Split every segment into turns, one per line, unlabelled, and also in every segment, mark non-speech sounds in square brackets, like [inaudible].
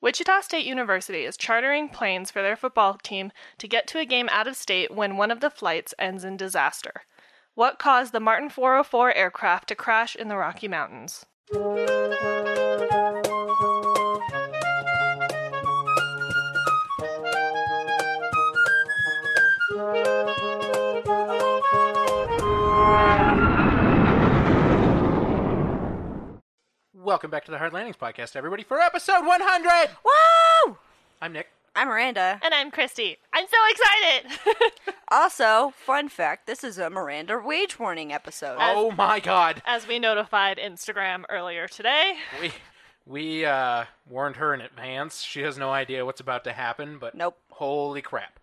Wichita State University is chartering planes for their football team to get to a game out of state when one of the flights ends in disaster. What caused the Martin 404 aircraft to crash in the Rocky Mountains?
Welcome back to the Hard Landings Podcast, everybody, for episode 100!
Woo!
I'm Nick.
I'm Miranda.
And I'm Christy. I'm so excited! [laughs]
Also, fun fact this is a Miranda wage warning episode.
Oh my god.
As we notified Instagram earlier today,
We, we uh, warned her in advance. She has no idea what's about to happen, but
Nope.
holy crap.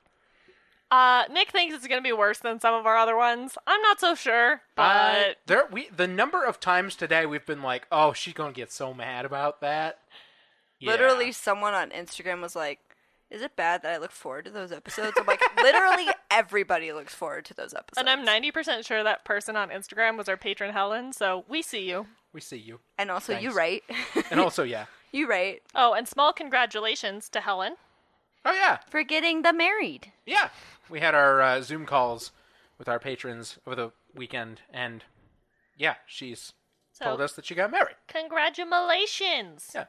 uh, Nick thinks it's going to be worse than some of our other ones. I'm not so sure,
I-
but
Uh, there we the number of times today we've been like, "Oh, she's going to get so mad about that." Yeah.
Literally, someone on Instagram was like, Is it bad that I look forward to those episodes? I'm like, [laughs] literally everybody looks forward to those episodes.
And I'm 90% sure that person on Instagram was our patron Helen, so we see you.
we see you.
And also, you
Thanks.
right.
And also, yeah.
[laughs] you right.
Oh, and small congratulations to Helen.
Oh yeah.
For getting the married.
Yeah. We had our uh, Zoom calls with our patrons over the weekend and yeah, she's
So-
told us that she got married.
Congratulations!
Yeah.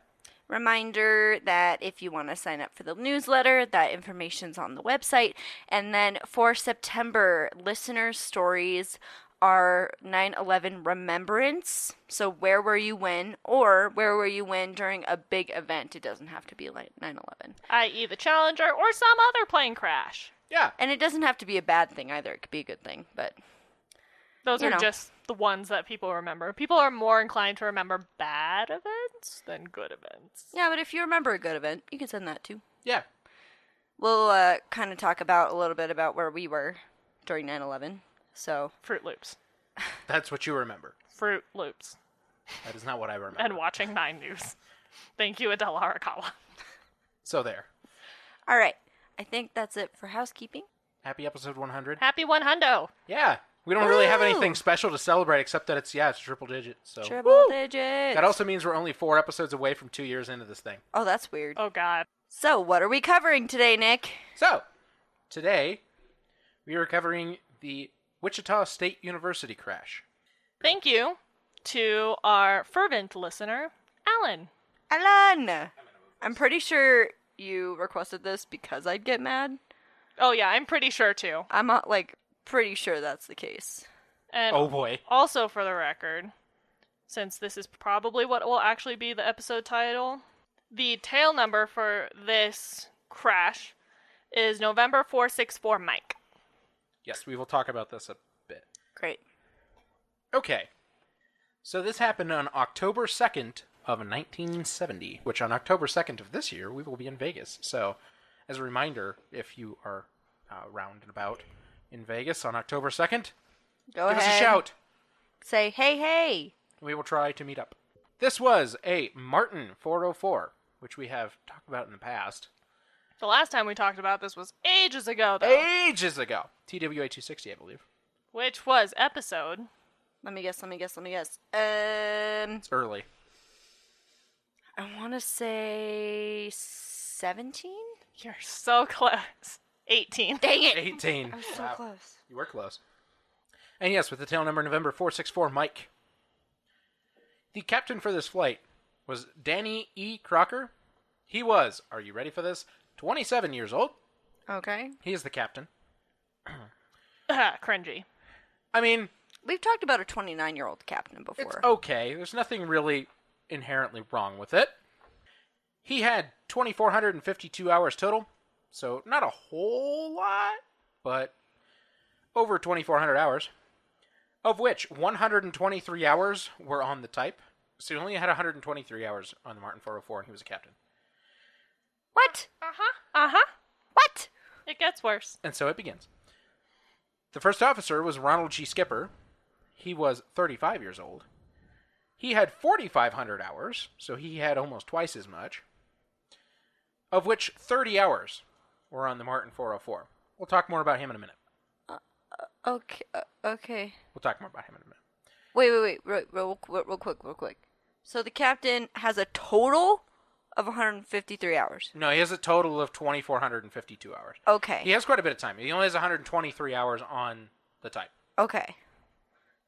Reminder that if you want to sign up for the newsletter, that information's on the website. And then for September, listeners' stories are 9 11 remembrance. So, where were you when, or where were you when during a big event? It doesn't have to be like 9 11.
i.e., e the Challenger or some other plane crash.
Yeah.
And it doesn't have to be a bad thing either, it could be a good thing. But
Those
You
are
know.
just the ones that people remember. People are more inclined to remember bad events than good events.
yeah, but if you remember a good event, you can send that too.
Yeah.
We'll uh, kind of talk about a little bit about where we were during 9 11. So,
Fruit Loops.
That's what you remember.
Fruit Loops.
That is not what I remember.
And watching Nine News. Thank you, Adela Arakawa.
so there.
all right. I think that's it for housekeeping.
Happy episode 100.
Happy 100!
Yeah. We don't really have
Woo!
anything special to celebrate except that it's yeah, it's triple digit. So
Triple digits.
that also means we're only 4 episodes away from 2 years into this thing.
oh, that's weird.
Oh, God.
So, what are we covering today, Nick?
So, today we are covering the Wichita State University crash.
Thank you to our fervent listener, Alan.
Alan. I'm pretty sure you requested this because I'd get mad.
Oh, yeah, I'm pretty sure, too.
I'm not like pretty sure that's the case.
And
Oh boy.
Also, for the record, since this is probably what will actually be the episode title, the tail number for this crash is November 464 Mike.
Yes, we will talk about this a bit.
Great.
Okay. So this happened on October 2nd of 1970, which on October 2nd of this year, we will be in Vegas. So, as a reminder, if you are uh, round and about in Vegas on October 2nd,
Go
give
ahead.
us a shout.
Say hey, hey.
We will try to meet up. This was a Martin 404, which we have talked about in the past.
The last time we talked about this was ages ago, though,
Oh.
Ages ago. TWA 260, I believe.
which was episode.
Let me guess. Let me guess. Let me guess. Um,
It's
[laughs]
early.
I want to say seventeen.
You're so [laughs] close. 18.
Dang it!
18.
So
Wow.
close.
You were close. And yes, with the tail number November 464, Mike. The captain for this flight was Danny E. Crocker. He was, are you ready for this? 27 years old.
Okay.
He is the captain.
[laughs] Cringy.
I mean,
We've talked about a 29 year old captain before.
it's okay. There's nothing really inherently wrong with it. He had 2,452 hours total, so not a whole lot, but over 2,400 hours, of which 123 hours were on the type. So he only had 123 hours on the Martin 404, and he was a captain.
What?
Uh huh. Uh huh.
What?
It gets worse.
And so it begins. The first officer was Ronald G. Skipper. He was 35 years old. He had 4,500 hours, so he had almost twice as much, of which 30 hours were on the Martin 404. We'll talk more about him in a minute.
Okay. Uh, okay.
We'll talk more about him in a minute.
Wait, wait, wait, real, real, real, real quick, real quick. So the captain has a total of 153 hours.
No, he has a total of 2,452 hours.
Okay.
He has quite a bit of time. He only has 123 hours on the type.
Okay.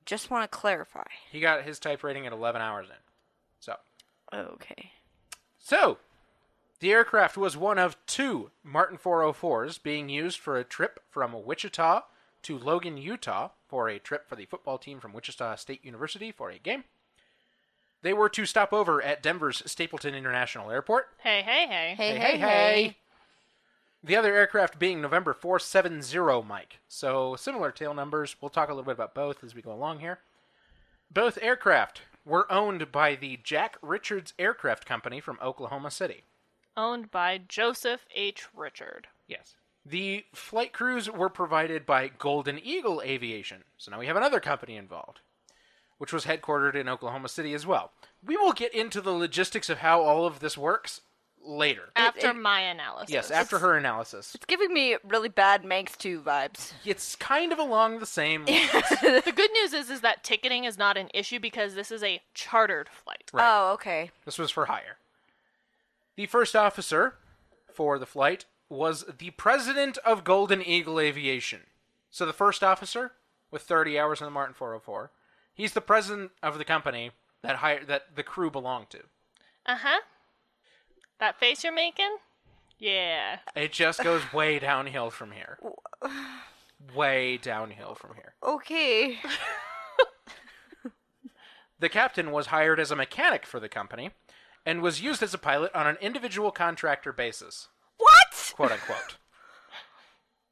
Just want to clarify.
He got his type rating at 11 hours in. So,
Okay.
so the aircraft was one of two Martin 404s being used for a trip from Wichita to Logan, Utah, for a trip for the football team from Wichita State University for a game. They were to stop over at Denver's Stapleton International Airport
Hey, hey, hey.
Hey,
hey, hey, hey. The other aircraft being November 470 Mike. So similar tail numbers. We'll talk a little bit about both as we go along here. Both aircraft were owned by the Jack Richards Aircraft Company from Oklahoma City.
Owned by Joseph H. Richard.
Yes. The flight crews were provided by Golden Eagle Aviation. So now we have another company involved, which was headquartered in Oklahoma City as well. We will get into the logistics of how all of this works later.
After
it-
my analysis.
Yes, after her analysis.
It's giving me really bad Manx 2 vibes.
It's kind of along the same lines.
The good news is is that ticketing is not an issue because this is a chartered flight.
Right.
Oh, okay.
This was for hire. The first officer for the flight was the president of Golden Eagle Aviation. So the first officer with 30 hours on the Martin 404, he's the president of the company that hired that the crew belonged to.
Uh huh. That face you're making? Yeah.
It just goes way downhill from here. Way downhill from here.
Okay.
The captain was hired as a mechanic for the company and was used as a pilot on an individual contractor basis,
What?
quote unquote.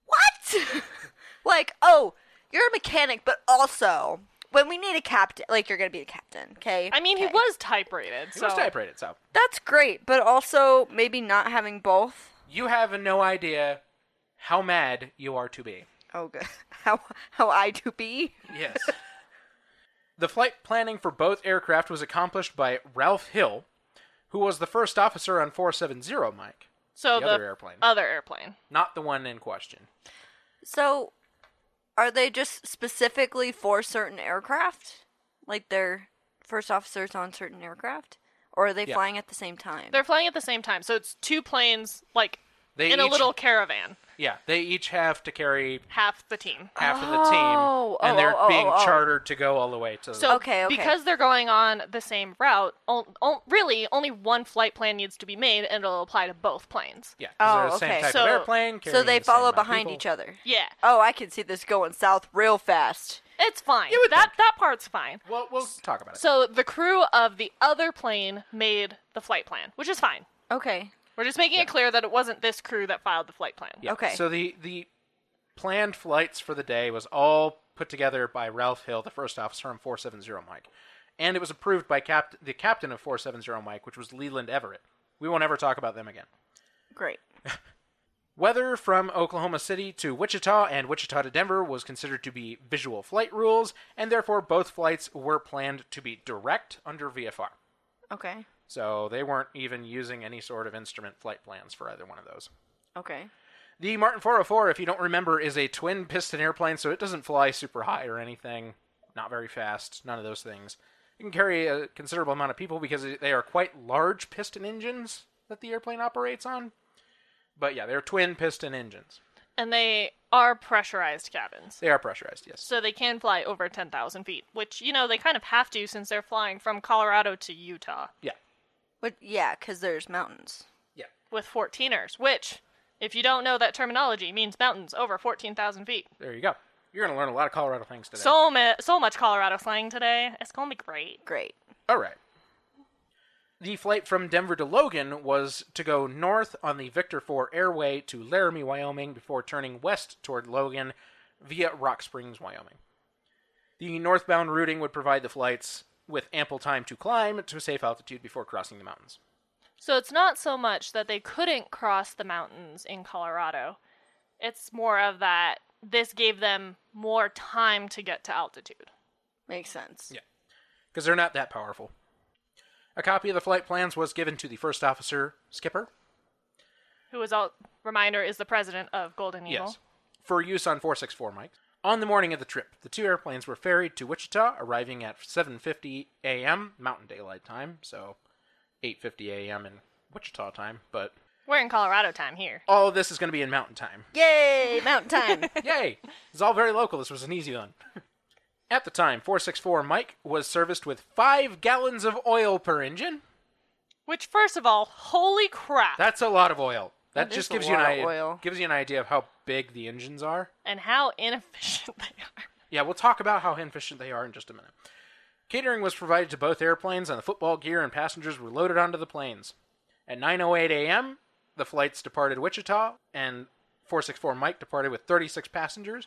What? [laughs] like, oh, you're a mechanic, but also when we need a captain, like you're gonna be the captain, okay?
I mean, he
Okay.
was type rated.
He
so.
was type rated, so.
That's great, but also maybe not having both.
You have no idea how mad you are to be.
Oh, good. [laughs] How how I do be?
Yes. [laughs] the flight planning for both aircraft was accomplished by Ralph Hill, who was the first officer on 470 Mike,
So
The other airplane.
Other airplane.
not the one in question.
So, are they just specifically for certain aircraft? Like they're first officers on certain aircraft, or are they
Yeah.
flying at the same time?
They're flying at the same time, so it's two planes like
They
in a
each-
little caravan,
Yeah, they each have to carry
half the team.
half of the team
Oh,
and
oh,
they're
oh, oh,
being
oh, oh.
chartered to go all the way to
So
Okay, okay.
because they're going on the same route, on, on, really only one flight plan needs to be made, and it'll apply to both planes.
yeah, 'cause they're
Oh,
the same
okay.
type
So-
of airplane.
so
carrying
they
the same
follow
amount of
behind
people.
each other.
Yeah,
Oh, I can see this going south real fast.
it's fine.
would
That that part's fine.
Well, we'll talk about it.
So the crew of the other plane made the flight plan, which is fine.
Okay.
We're just making it clear that it wasn't this crew that filed the flight plan.
Yeah.
Okay.
So the the planned flights for the day was all put together by Ralph Hill, the first officer on 470 Mike, and it was approved by cap- the captain of 470 Mike, which was Leland Everett. We won't ever talk about them again.
Great.
Weather from Oklahoma City to Wichita and Wichita to Denver was considered to be visual flight rules, and therefore both flights were planned to be direct under VFR.
Okay.
So they weren't even using any sort of instrument flight plans for either one of those.
Okay.
The Martin 404, if you don't remember, is a twin piston airplane, so it doesn't fly super high or anything. Not very fast, none of those things. It can carry a considerable amount of people because they are quite large piston engines that the airplane operates on. But yeah, they're twin piston engines.
And they are pressurized cabins.
They are pressurized, yes.
So they can fly over 10,000 feet, which, you know, they kind of have to since they're flying from Colorado to Utah
Yeah.
But yeah, because there's mountains.
Yeah.
with 14ers, which, if you don't know that terminology, means mountains over 14,000 feet.
There you go. You're going to learn a lot of Colorado things today.
So, ma- so much Colorado slang today. It's going to be great.
Great.
All right. The flight from Denver to Logan was to go north on the Victor 4 Airway to Laramie, Wyoming, before turning west toward Logan via Rock Springs, Wyoming. The northbound routing would provide the flights with ample time to climb to a safe altitude before crossing the mountains.
So it's not so much that they couldn't cross the mountains in Colorado. It's more of that this gave them more time to get to altitude.
Makes sense.
Yeah. Because they're not that powerful. A copy of the flight plans was given to the first officer, Skipper,
Who was all reminder is the president of Golden Eagle.
Yes. For use on 464 Mike. On the morning of the trip, the two airplanes were ferried to Wichita, arriving at 7:50 a.m. Mountain Daylight Time, so 8:50 a.m. in Wichita time, but
We're in Colorado time here.
all of this is going to be in Mountain
[laughs]
time.
Yay, mountain time.
[laughs]
Yay! It's all very local. This was an easy one. [laughs] At the time, 464 Mike was serviced with five gallons of oil per engine.
Which, first of all, holy crap!
That's a lot of oil. That,
That is
just
a
gives you an
lot of
idea,
oil.
gives you an idea of how big the engines are.
and how inefficient [laughs] they are.
Yeah, we'll talk about how inefficient they are in just a minute. Catering was provided to both airplanes, and the football gear and passengers were loaded onto the planes. At 9:08 a.m., the flights departed Wichita, and 464 Mike departed with 36 passengers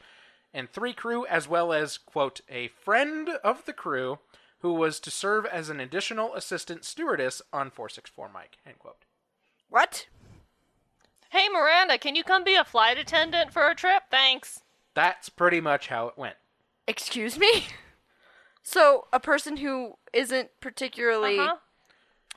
and three crew, as well as quote a friend of the crew who was to serve as an additional assistant stewardess on 464 Mike. End quote.
what?
Hey, Miranda, can you come be a flight attendant for a trip? Thanks.
That's pretty much how it went.
Excuse me? So, a person who isn't particularly.
Uh-huh.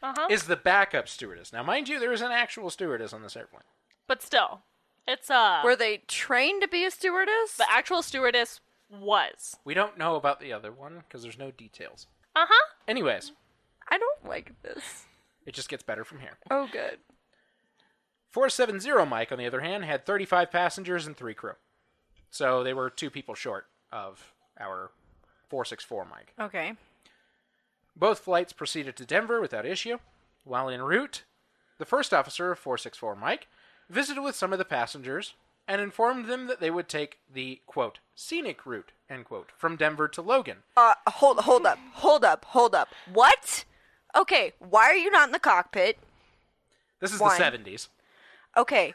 Uh-huh.
Is the backup stewardess now? Mind you, there is an actual stewardess on this airplane.
but still, it's uh
Were they trained to be a stewardess?
the actual stewardess was.
We don't know about the other one because there's no details.
Uh-huh.
Anyways,
I don't like this.
it just gets better from here.
Oh, good.
470 Mike, on the other hand, had 35 passengers and three crew. So they were two people short of our 464 Mike.
Okay.
Both flights proceeded to Denver without issue. While en route, the first officer of 464 Mike visited with some of the passengers and informed them that they would take the, quote, scenic route, end quote, from Denver to Logan.
Uh, hold, hold up, hold up, hold up. What? Okay, why are you not in the cockpit?
This is
One.
the 70s.
[laughs] Okay,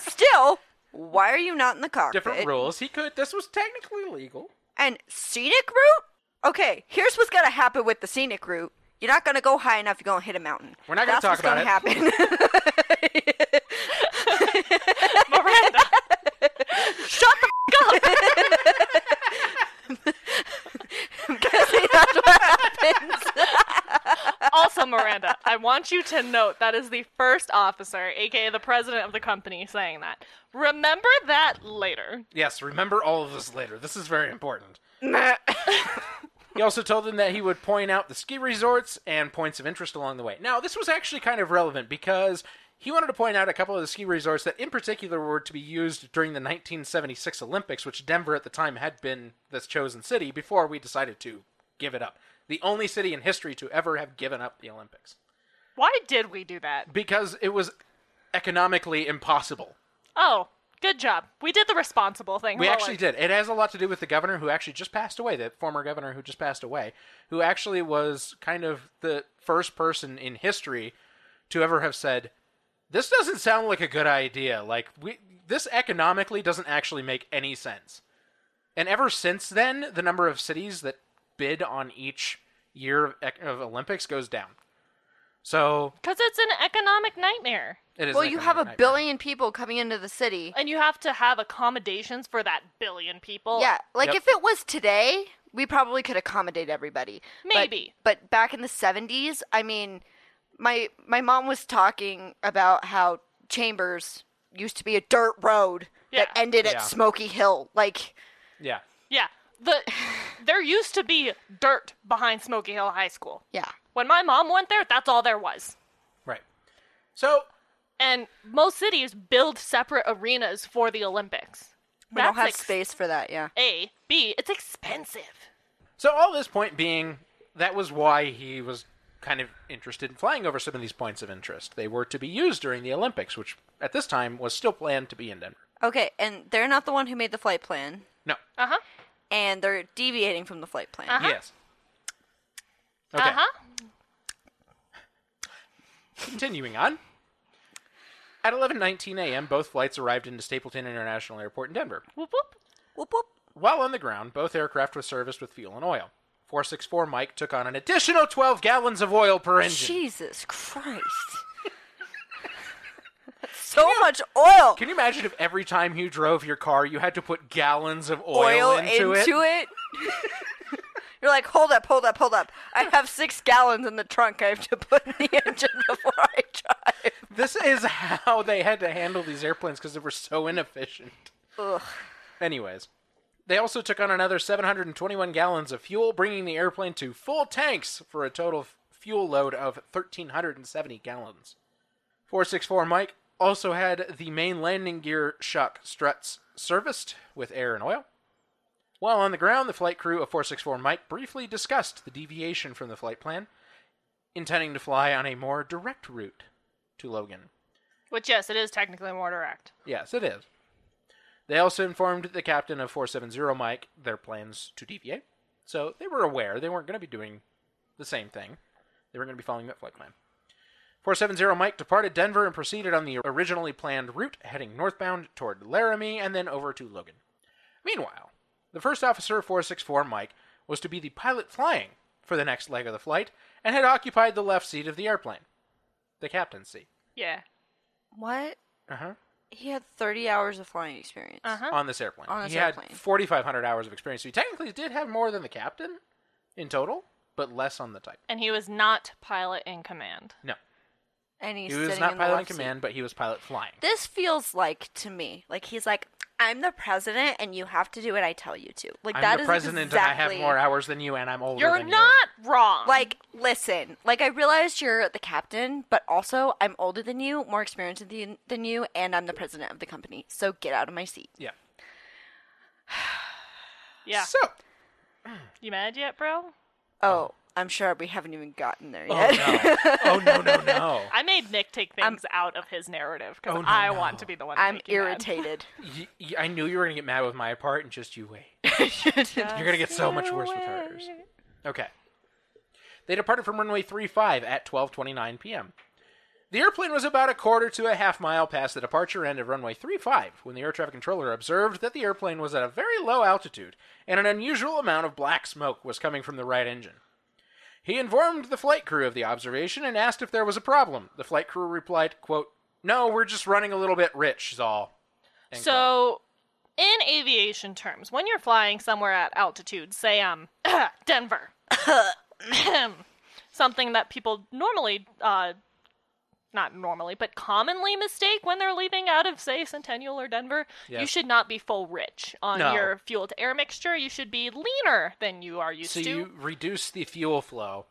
still, why are you not in the cockpit?
Different rules. He could, this was technically legal.
And scenic route? Okay, here's what's gonna happen with the scenic route. You're not gonna go high enough. You're gonna hit a mountain.
We're not gonna
That's
talk
what's
about
[laughs] gonna happen.
Miranda.
Shut the f- up. that's what happens.
also, Miranda, I want you to note that is the first officer, aka the president of the company, saying that. Remember that later.
Yes, remember all of this later. This is very important. He also told them that he would point out the ski resorts and points of interest along the way. Now, this was actually kind of relevant because he wanted to point out a couple of the ski resorts that, in particular, were to be used during the 1976 Olympics, which Denver at the time had been this chosen city before we decided to give it up. The only city in history to ever have given up the Olympics
Why did we do that?
because it was economically impossible.
Oh, good job. We did the responsible thing.
We
Roland.
actually did. It has a lot to do with the governor who actually just passed away, the former governor who just passed away, who actually was kind of the first person in history to ever have said, "This doesn't sound like a good idea. Like we this economically doesn't actually make any sense." And ever since then, the number of cities that bid on each year of, ec- of Olympics goes down. So
Because it's an economic nightmare.
it is.
well,
an
you
economic
have a
nightmare.
billion people coming into the city.
And you have to have accommodations for that billion people.
Yeah, like
Yep.
if it was today, we probably could accommodate everybody. But-
Maybe.
But, back in the 70s, I mean, my my mom was talking about how Chambers used to be a dirt road that
Yeah.
ended
Yeah.
at Smoky Hill. Like,
Yeah.
Yeah. The [laughs] there used to be dirt behind Smoky Hill High School.
yeah.
When my mom went there, that's all there was.
Right. So
And most cities build separate arenas for the Olympics.
We don't
That's
have
ex-
space for that, yeah.
A, B, it's expensive.
So all this point being, that was why he was kind of interested in flying over some of these points of interest. They were to be used during the Olympics, which at this time was still planned to be in Denver.
Okay, and they're not the one who made the flight plan,
No.
Uh
Uh-huh.
huh.
and they're deviating from the flight plan.
Uh-huh.
Yes. Okay.
Uh huh.
Continuing on. At 11:19 a.m., both flights arrived into Stapleton International Airport in Denver.
Whoop whoop.
Whoop, whoop.
While on the ground, both aircraft were serviced with fuel and oil. 464 Mike took on an additional 12 gallons of oil per engine.
Jesus
[laughs]
Christ. [laughs] so much oil.
Can you imagine if every time you drove your car, you had to put gallons of oil,
oil
into,
into,
it?
it. [laughs] You're like, hold up, hold up, hold up. I have six gallons in the trunk. I have to put in the [laughs] engine before I drive.
This is [laughs] how they had to handle these airplanes because they were so inefficient.
Ugh.
Anyways, they also took on another 721 gallons of fuel, bringing the airplane to full tanks for a total f- fuel load of 1,370 gallons. 464 Mike also had the main landing gear shock struts serviced with air and oil. While on the ground, the flight crew of 464 Mike briefly discussed the deviation from the flight plan, intending to fly on a more direct route to Logan.
Which, yes, it is technically more direct.
Yes, it is. They also informed the captain of 470 Mike their plans to deviate. So they were aware they weren't going to be doing the same thing. They were going to be following that flight plan. 470 Mike departed Denver and proceeded on the originally planned route, heading northbound toward Laramie and then over to Logan. Meanwhile, the first officer of 464 Mike was to be the pilot flying for the next leg of the flight and had occupied the left seat of the airplane, the captain's seat.
Yeah.
What?
Uh huh.
He had 30 hours of flying experience.
Uh huh.
on this airplane.
On this
he
airplane.
had 4,500 hours of experience. So he technically did have more than the captain in total, but less on the type.
And he was not pilot in command.
No,
And he's
he was
sitting
not
in the
pilot in
left seat.
command, but he was pilot flying.
This feels like to me, like he's like, I'm the president, and you have to do what I tell you to. Like
I'm
that
the
is
president,
exactly.
and I have more hours than you, and I'm older.
You're
than
not wrong.
Like, listen, like I realize you're the captain, but also I'm older than you, more experienced than than you, and I'm the president of the company. So get out of my seat.
You. Yeah.
yeah.
[laughs]
So oh,
You mad yet, bro?
Oh, I'm sure we haven't even gotten there
oh
yet.
no, oh no, no, no. [laughs]
I made Nick take things out of his narrative because
Oh, no,
I
no.
want to be the one. to
[laughs] I'm
make you mad.
irritated.
Y- y- I knew you were gonna get mad with my part, and just you wait. [laughs] You're gonna get so much worse with hers. Okay. They departed from runway 35 at 12:29 p.m. The airplane was about a quarter to a half mile past the departure end of runway 35 when the air traffic controller observed that the airplane was at a very low altitude and an unusual amount of black smoke was coming from the right engine. He informed the flight crew of the observation and asked if there was a problem. The flight crew replied, quote, "No, we're just running a little bit rich, is all." End quote.
So, in aviation terms, when you're flying somewhere at altitude, say um [coughs] Denver, [coughs] something that people normally, uh, not normally, but commonly mistake when they're leaving out of say Centennial or Denver, you
Yes.
should not be full rich on
No.
your fuel to air mixture. You should be leaner than you are used
so
to.
you reduce the fuel flow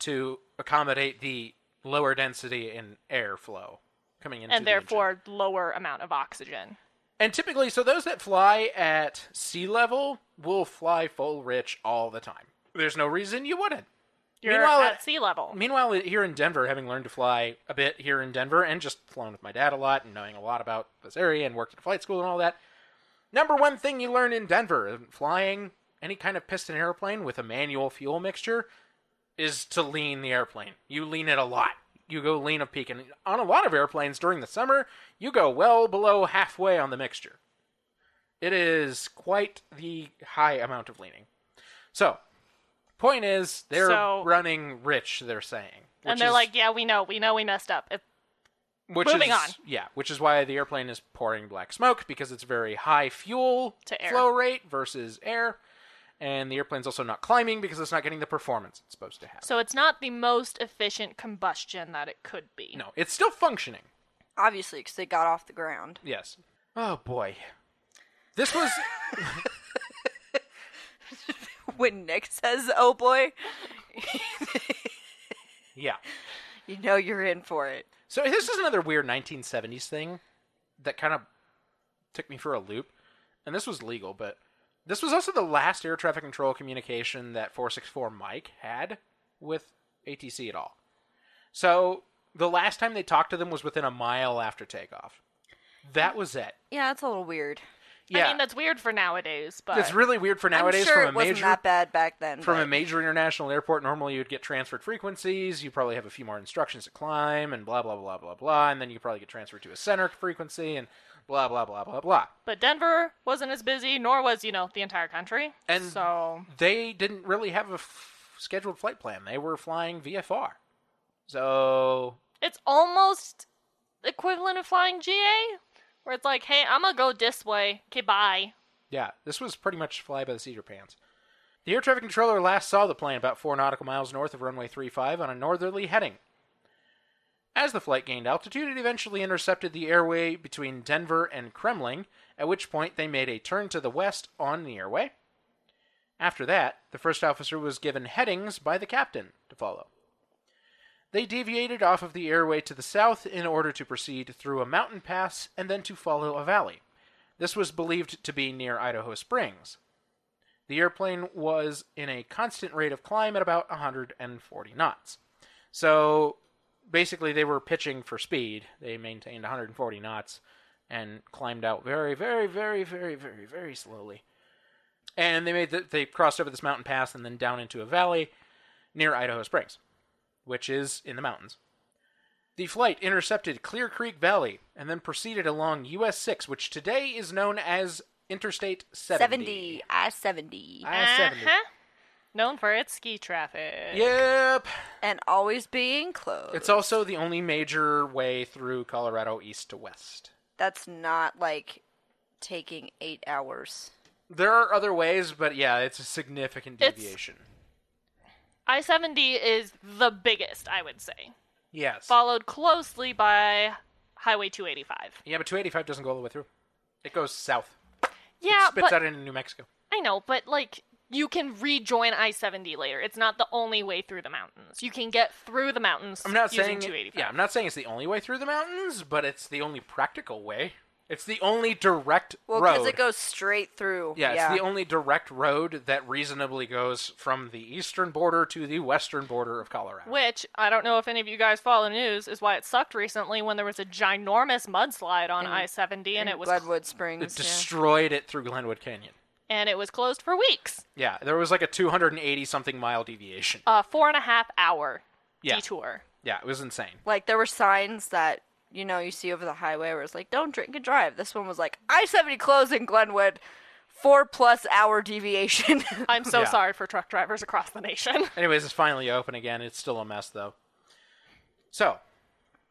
to accommodate the lower density in air flow coming into
and
the engine.
therefore lower amount of oxygen.
and typically so those that fly at sea level will fly full rich all the time there's no reason you wouldn't
You're
Meanwhile, uh,
at
it-
sea level.
meanwhile here in denver having learned to fly a bit here in denver and just flown with my dad a lot and knowing a lot about this area and worked at a flight school and all that number one thing you learn in denver flying any kind of piston airplane with a manual fuel mixture is to lean the airplane. You lean it a lot. You go lean a peak. And on a lot of airplanes during the summer, you go well below halfway on the mixture. It is quite the high amount of leaning. So, point is, they're
So-
running rich, they're saying.
And
which
they're
is-
like, yeah, we know, we know we messed up. If
which
moving
is,
on.
Yeah, which is why the airplane is pouring black smoke because it's very high fuel
To air.
flow rate versus air. And the airplane's also not climbing because it's not getting the performance it's supposed to have.
So it's not the most efficient combustion that it could be.
no, it's still functioning.
Obviously, because they got off the ground. [laughs]
Yes. Oh boy.
[laughs]
This was
When Nick says, "Oh boy,"
yeah.
you know you're in for it.
So this is another weird 1970s thing that kind of took me for a loop. And this was legal, but this was also the last air traffic control communication that 464 Mike had with ATC at all. So the last time they talked to them was within a mile after takeoff. That was it.
Yeah, it's a little weird.
Yeah.
I mean, that's weird for nowadays, but
it's really weird for nowadays
I'm sure
from a
it wasn't
major
that bad back then.
from a
but-
major international airport, normally you'd get transferred frequencies. You probably have a few more instructions to climb, and blah blah blah blah blah. And then you probably get transferred to a center frequency, and blah blah blah blah blah.
but Denver wasn't as busy, nor was you know the entire country.
And-
so
They didn't really have a f- scheduled flight plan. They were flying VFR, so
it's almost equivalent of flying GA, where it's like, hey, I'm gonna go this way. Okay, bye.
yeah, this was pretty much fly by the seat of your pants. The air traffic controller last saw the plane about four nautical miles north of runway 35 on a northerly heading. As the flight gained altitude, it eventually intercepted the airway between Denver and Kremling, at which point they made a turn to the west on the airway. After that, the first officer was given headings by the captain to follow. They deviated off of the airway to the south in order to proceed through a mountain pass and then to follow a valley. This was believed to be near Idaho Springs. The airplane was in a constant rate of climb at about 140 knots. So basically, they were pitching for speed. They maintained 140 knots and climbed out very, very, very, very, very, very slowly. And they made the, they crossed over this mountain pass and then down into a valley near Idaho Springs, which is in the mountains. The flight intercepted Clear Creek Valley and then proceeded along US 6, which today is known as Interstate 70.
Seventy. I seventy.
I 70.
Uh-huh. Known for its ski traffic.
Yep.
And always being closed.
It's also the only major way through Colorado east to west.
That's not like taking eight hours.
There are other ways, but yeah, it's a significant
It's-
deviation.
I 70 is the biggest, I would say,
Yes.
followed closely by Highway 285.
yeah, but 285 doesn't go all the way through. It goes south.
Yeah,
it spits
but
out into New Mexico.
I know, but like you can rejoin I 70 later. It's not the only way through the mountains. You can get through the mountains
I'm not
using
saying
285.
yeah, I'm not saying it's the only way through the mountains, but it's the only practical way. It's the only direct
Well,
road.
because it goes straight through.
yeah, it's the only direct road that reasonably goes from the eastern border to the western border of Colorado.
Which I don't know if any of you guys follow the news is why it sucked recently when there was a ginormous mudslide on I seventy and it was
Glenwood
it
Springs. yeah.
destroyed it through Glenwood Canyon.
and it was closed for weeks.
Yeah, there was like a 280 something mile deviation.
A four and a half hour
Yeah.
detour.
Yeah, it was insane.
Like there were signs that you know you see over the highway where it's like don't drink and drive. This one was like I seventy closed in Glenwood, four plus hour deviation. [laughs]
I'm so
[laughs] Yeah.
sorry for truck drivers across the nation. [laughs]
Anyways, it's finally open again. It's still a mess though. So,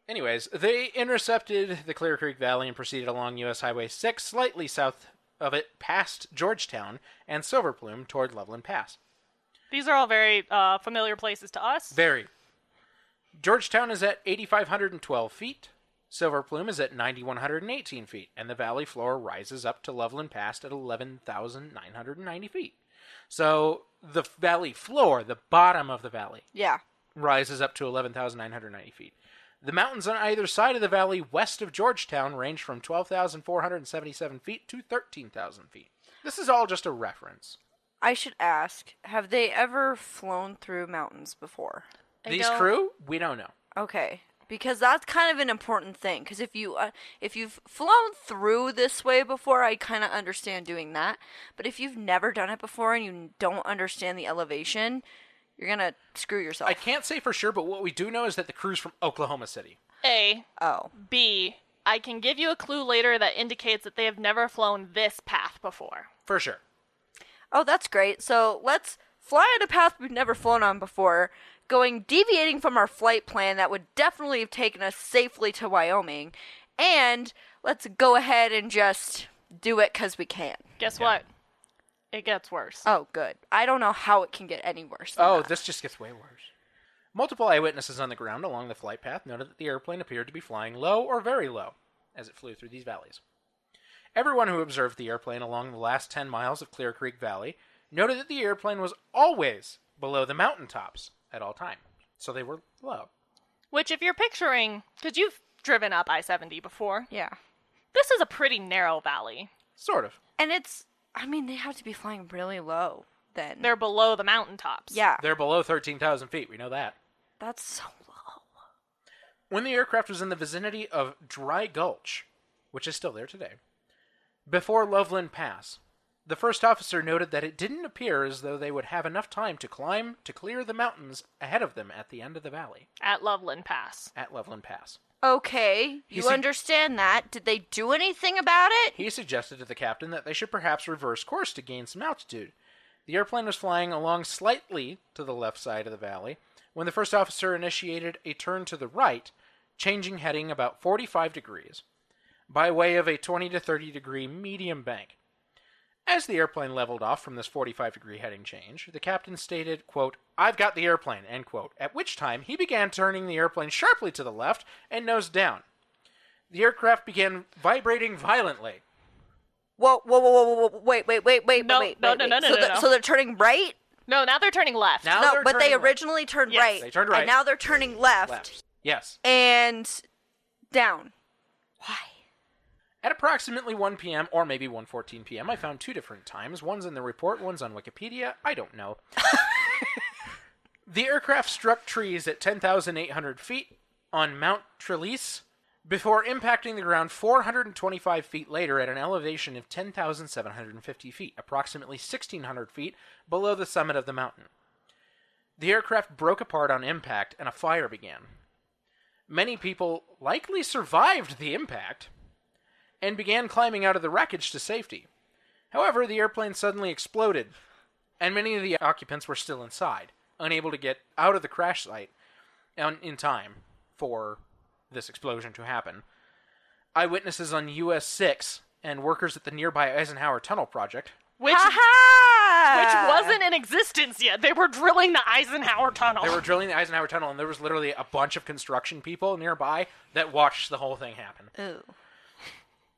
anyways, they intercepted the Clear Creek Valley and proceeded along US Highway 6 slightly south of it past Georgetown and Silverplume toward Loveland Pass.
These are all very uh, familiar places to us.
Very. Georgetown is at 8512 feet. Silverplume is at 9118 feet, and the valley floor rises up to Loveland Pass at 11,990 feet. So the valley floor, the bottom of the valley,
yeah,
rises up to 11,990 feet. The mountains on either side of the valley west of Georgetown range from 12,477 feet to 13,000 feet. This is all just a reference.
I should ask: Have they ever flown through mountains before?
I
These
don't-
crew, we don't know.
Okay, because that's kind of an important thing. Because if you uh, if you've flown through this way before, I kind of understand doing that. But if you've never done it before and you don't understand the elevation, you're gonna screw yourself.
I can't say for sure, but what we do know is that the crew's from Oklahoma City.
A
oh,
B. I can give you a clue later that indicates that they have never flown this path before.
For sure.
oh, that's great. So let's fly on a path we've never flown on before, going deviating from our flight plan that would definitely have taken us safely to Wyoming, and let's go ahead and just do it because we can.
Guess what? It gets
Uh,
worse.
Oh, good. I don't know how it can get any worse. than
Oh,
that.
this just gets way worse. Multiple eyewitnesses on the ground along the flight path noted that the airplane appeared to be flying low or very low as it flew through these valleys. Everyone who observed the airplane along the last 10 miles of Clear Creek Valley noted that the airplane was always below the mountaintops at all time. So they were low.
Which, if you're picturing, because you've driven up I 70 before,
yeah.
this is a pretty narrow valley.
Sort of.
And it's, I mean, they have to be flying really low then.
They're below the mountaintops.
yeah,
They're below 13,000 feet. We know that.
that's so low.
When the aircraft was in the vicinity of Dry Gulch, which is still there today, before Loveland Pass, the first officer noted that it didn't appear as though they would have enough time to climb to clear the mountains ahead of them at the end of the valley
At Loveland Pass.
at Loveland Pass.
Okay, you
sug-
understand that. Did they do anything about it?
He suggested to the captain that they should perhaps reverse course to gain some altitude. The airplane was flying along slightly to the left side of the valley when the first officer initiated a turn to the right, changing heading about 45 degrees by way of a 20 to 30 degree medium bank. As the airplane leveled off from this 45 degree heading change, the captain stated, quote, I've got the airplane, end quote, at which time he began turning the airplane sharply to the left and nose down. The aircraft began vibrating violently.
Whoa, whoa, whoa, whoa, whoa, whoa, wait, wait, wait, wait,
No,
wait,
no,
wait,
no,
wait.
no, no,
so
no,
the-
no.
So they're turning right?
No, now they're turning left.
Now
no,
they're
but they
turning left.
originally turned
Yes.
right.
They turned right.
And now they're turning left,
left. Yes.
and down. Why?
At approximately 1 p.m. or maybe 1:14 p.m., I found two different times. One's in the report, one's on Wikipedia. I don't know. the aircraft struck trees at 10,800 feet on Mount Trelease before impacting the ground 425 feet later at an elevation of 10,750 feet, approximately 1,600 feet below the summit of the mountain. The aircraft broke apart on impact and a fire began. Many people likely survived the impact and began climbing out of the wreckage to safety. However, the airplane suddenly exploded, and many of the occupants were still inside, unable to get out of the crash site on- in time for this explosion to happen. Eyewitnesses on US 6 and workers at the nearby Eisenhower Tunnel project.
Which
Ha ha!
which wasn't in existence yet. They were drilling the Eisenhower tunnel.
They were drilling the Eisenhower Tunnel, and there was literally a bunch of construction people nearby that watched the whole thing happen.
Ooh.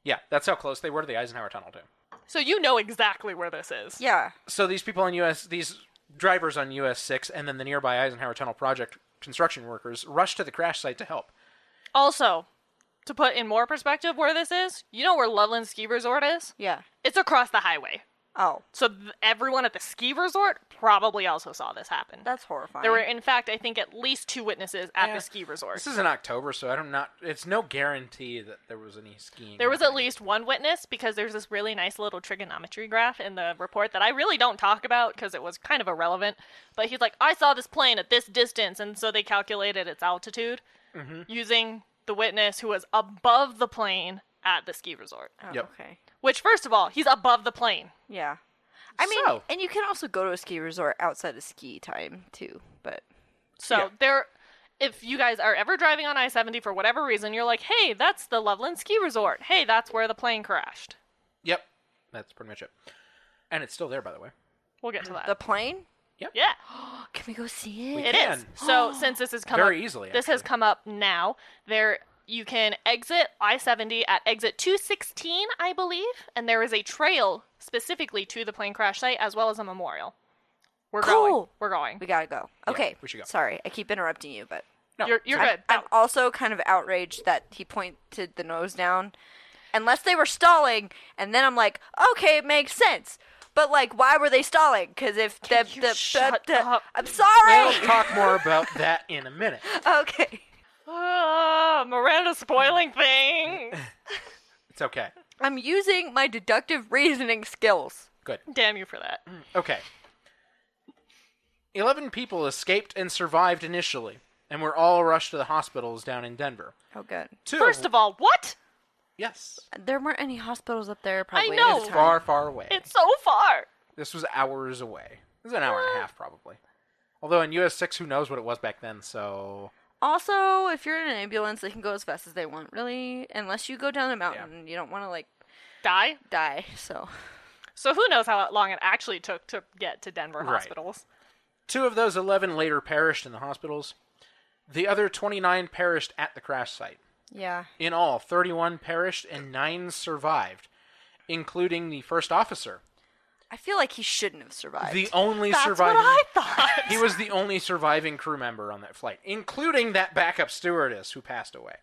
Yeah, that's how close they were to the Eisenhower Tunnel, too.
so you know exactly where this is.
Yeah.
so these people on US, these drivers on US 6 and then the nearby Eisenhower Tunnel Project construction workers rushed to the crash site to help.
Also, to put in more perspective where this is, you know where Loveland Ski Resort is?
Yeah.
It's across the highway.
Oh,
So th- everyone at the ski resort probably also saw this happen.
that's horrifying.
There were, in fact, I think at least two witnesses at
Yeah.
the ski resort.
This is in October, so I don't not it's no guarantee that there was any skiing.
There was at
happening.
least one witness because there's this really nice little trigonometry graph in the report that I really don't talk about because it was kind of irrelevant. But he's like, I saw this plane at this distance, and so they calculated its altitude
Mm-hmm.
using the witness who was above the plane at the ski resort.
Oh,
Yep.
Okay.
Which, first of all, he's above the plane.
Yeah. I mean,
So-
and you can also go to a ski resort outside of ski time too, but
So
Yeah.
there, if you guys are ever driving on I seventy for whatever reason, you're like, hey, that's the Loveland Ski Resort. Hey, that's where the plane crashed.
Yep. That's pretty much it. And it's still there by the way.
We'll get to that.
the plane? [gasps]
[gasps]
yeah,
Can we go see it?
it is.
can. [gasps]
So since this has come
Very
up,
easily,
this has
actually.
come up now. There, you can exit I seventy at exit two sixteen, I believe, and there is a trail specifically to the plane crash site as well as a memorial. We're going.
Cool.
We're going.
We gotta go. Okay.
we should go.
Sorry, I keep interrupting you, but
No.
You're, you're
sorry.
good.
I'm also kind of outraged that he pointed the nose down. Unless they were stalling, and then I'm like, okay, it makes sense. But like, why were they stalling? Because if the,
you
the, the-
shut
the-
up?
I'm
We'll
sorry. [laughs]
talk more about that in a minute.
okay.
Ah, Miranda
[laughs]
spoiling things.
It's okay.
I'm using my deductive reasoning skills.
Good.
Damn you for that.
Okay. 11 people escaped and survived initially and were all rushed to the hospitals down in Denver.
Oh, good.
Two
First of all, what?
Yes.
There weren't any hospitals up there. Probably. at
know.
the time.
Far, far away.
It's so far.
This was hours away. This was an hour and a half, probably. Although in US 6, who knows what it was back then, so.
Also, if you're in an ambulance, they can go as fast as they want, really. Unless you go down a mountain, you don't want to like
Die.
die. So
So who knows how long it actually took to get to Denver
Right.
hospitals? [laughs]
Two of those 11 later perished in the hospitals. The other 29 perished at the crash site.
yeah,
In all, 31 perished and 9 survived, including the first officer.
I feel like he shouldn't have survived.
The only
That's
surviving.
what I thought.
[laughs] He was the only surviving crew member on that flight, including that backup stewardess who passed away.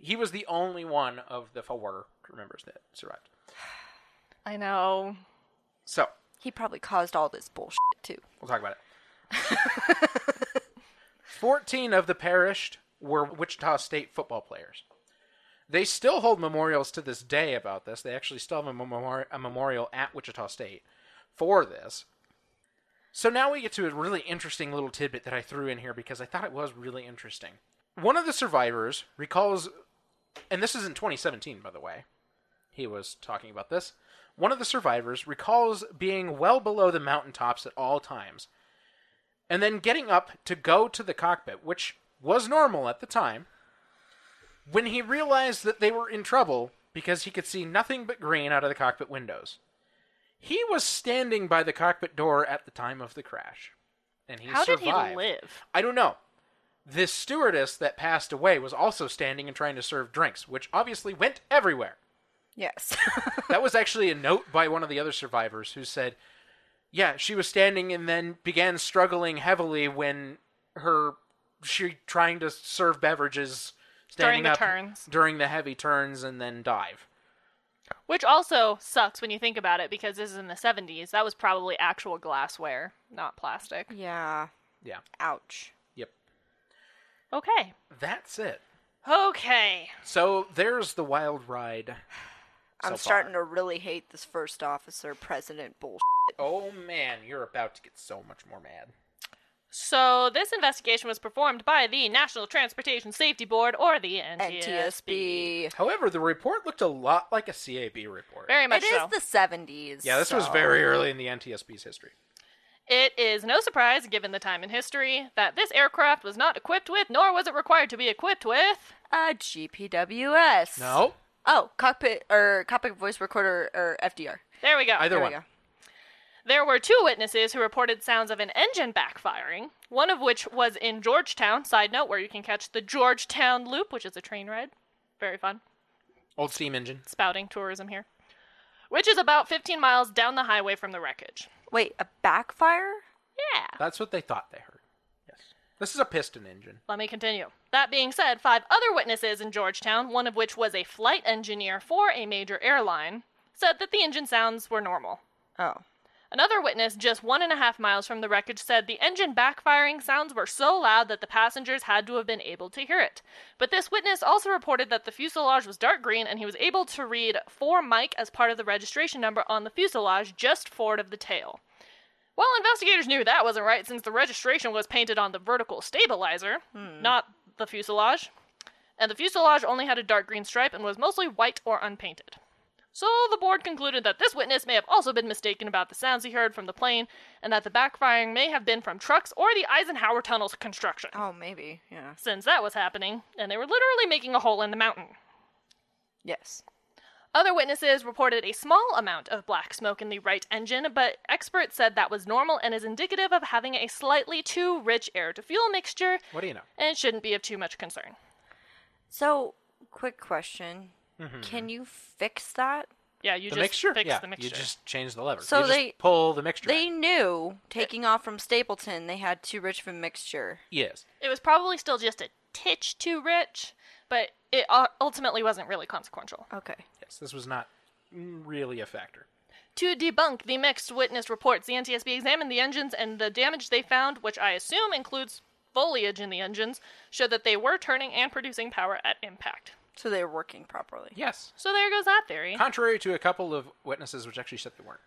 He was the only one of the four crew members that survived.
I know.
So,
he probably caused all this bullshit too.
We'll talk about it. [laughs] 14 of the perished were Wichita State football players. They still hold memorials to this day about this. They actually still have a, memori- a memorial at Wichita State for this. So now we get to a really interesting little tidbit that I threw in here because I thought it was really interesting. One of the survivors recalls, and this is in 2017, by the way, he was talking about this. One of the survivors recalls being well below the mountaintops at all times, and then getting up to go to the cockpit, which was normal at the time, when he realized that they were in trouble because he could see nothing but green out of the cockpit windows. He was standing by the cockpit door at the time of the crash, and he
how
survived.
did he live?
I don't know. This stewardess that passed away was also standing and trying to serve drinks, which obviously went
[laughs]
everywhere.
Yes. [laughs]
that was actually a note by one of the other survivors who said, Yeah, she was standing and then began struggling heavily when her she trying to serve beverages standing
during the
up
turns.
during the heavy turns and then dive.
Which also sucks when you think about it because this is in the 70s. That was probably actual glassware, not plastic.
Yeah.
Yeah.
Ouch.
Yep.
Okay.
That's it.
Okay.
So there's the wild ride.
I'm
so
starting to really hate this first officer president bullshit.
Far. Oh man, you're about to get so much more mad.
So this investigation was performed by the National Transportation Safety Board or the NTSB.
NTSB.
However, the report looked a lot like a CAB report.
Very much
It is
so.
the 70s.
yeah, this was
so-
very early in the NTSB's history.
It is no surprise, given the time in history, that this aircraft was not equipped with, nor was it required to be equipped with.
Uh, GPWS.
No,
Oh, cockpit or cockpit voice recorder or FDR.
There we go.
either
There we
one.
go.
There were two witnesses who reported sounds of an engine backfiring, one of which was in Georgetown, side note, where you can catch the Georgetown Loop, which is a train ride. Very fun.
Old steam engine.
Spouting tourism here. Which is about 15 miles down the highway from the wreckage.
Wait, a backfire?
Yeah.
That's what they thought they heard. Yes. This is a piston engine.
Let me continue. That being said, five other witnesses in Georgetown, one of which was a flight engineer for a major airline, said that the engine sounds were normal.
Oh.
Another witness, just one and a half miles from the wreckage, said the engine backfiring sounds were so loud that the passengers had to have been able to hear it. But this witness also reported that the fuselage was dark green and he was able to read 4 Mike as part of the registration number on the fuselage just forward of the tail. Well, investigators knew that wasn't right since the registration was painted on the vertical stabilizer, not the fuselage, and the fuselage only had a dark green stripe and was mostly white or unpainted. So the board concluded that this witness may have also been mistaken about the sounds he heard from the plane, and that the backfiring may have been from trucks or the Eisenhower Tunnel's construction,
Oh, maybe. Yeah.
since that was happening, and they were literally making a hole in the mountain.
Yes.
Other witnesses reported a small amount of black smoke in the right engine, but experts said that was normal and is indicative of having a slightly too rich air to fuel mixture
What do you know?
and shouldn't be of too much concern.
So, quick question.
Mm-hmm.
Can you fix that?
Yeah, you
the
just
mixture?
fix
yeah,
the mixture.
you just change the lever.
So
You just
they-
pull the mixture.
They knew taking off from Stapleton, they had too rich of a mixture.
Yes.
It was probably still just a titch too rich, but it u- ultimately wasn't really consequential.
Okay.
Yes. This was not really a factor.
To debunk the mixed witness reports, the NTSB examined the engines and the damage they found, which I assume includes foliage in the engines, showed that they were turning and producing power at impact.
So they were working properly.
Yes.
So there goes that theory.
Contrary to a couple of witnesses which actually said they weren't.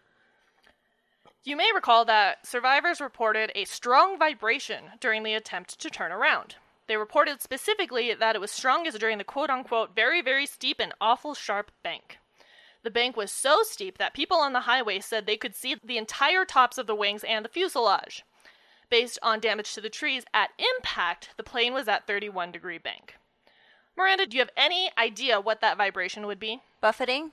You may recall that survivors reported a strong vibration during the attempt to turn around. They reported specifically that it was strongest during the quote unquote very, very steep and awful sharp bank. The bank was so steep that people on the highway said they could see the entire tops of the wings and the fuselage. Based on damage to the trees at impact, the plane was at 31 degree bank. Miranda, do you have any idea what that vibration would be?
Buffeting?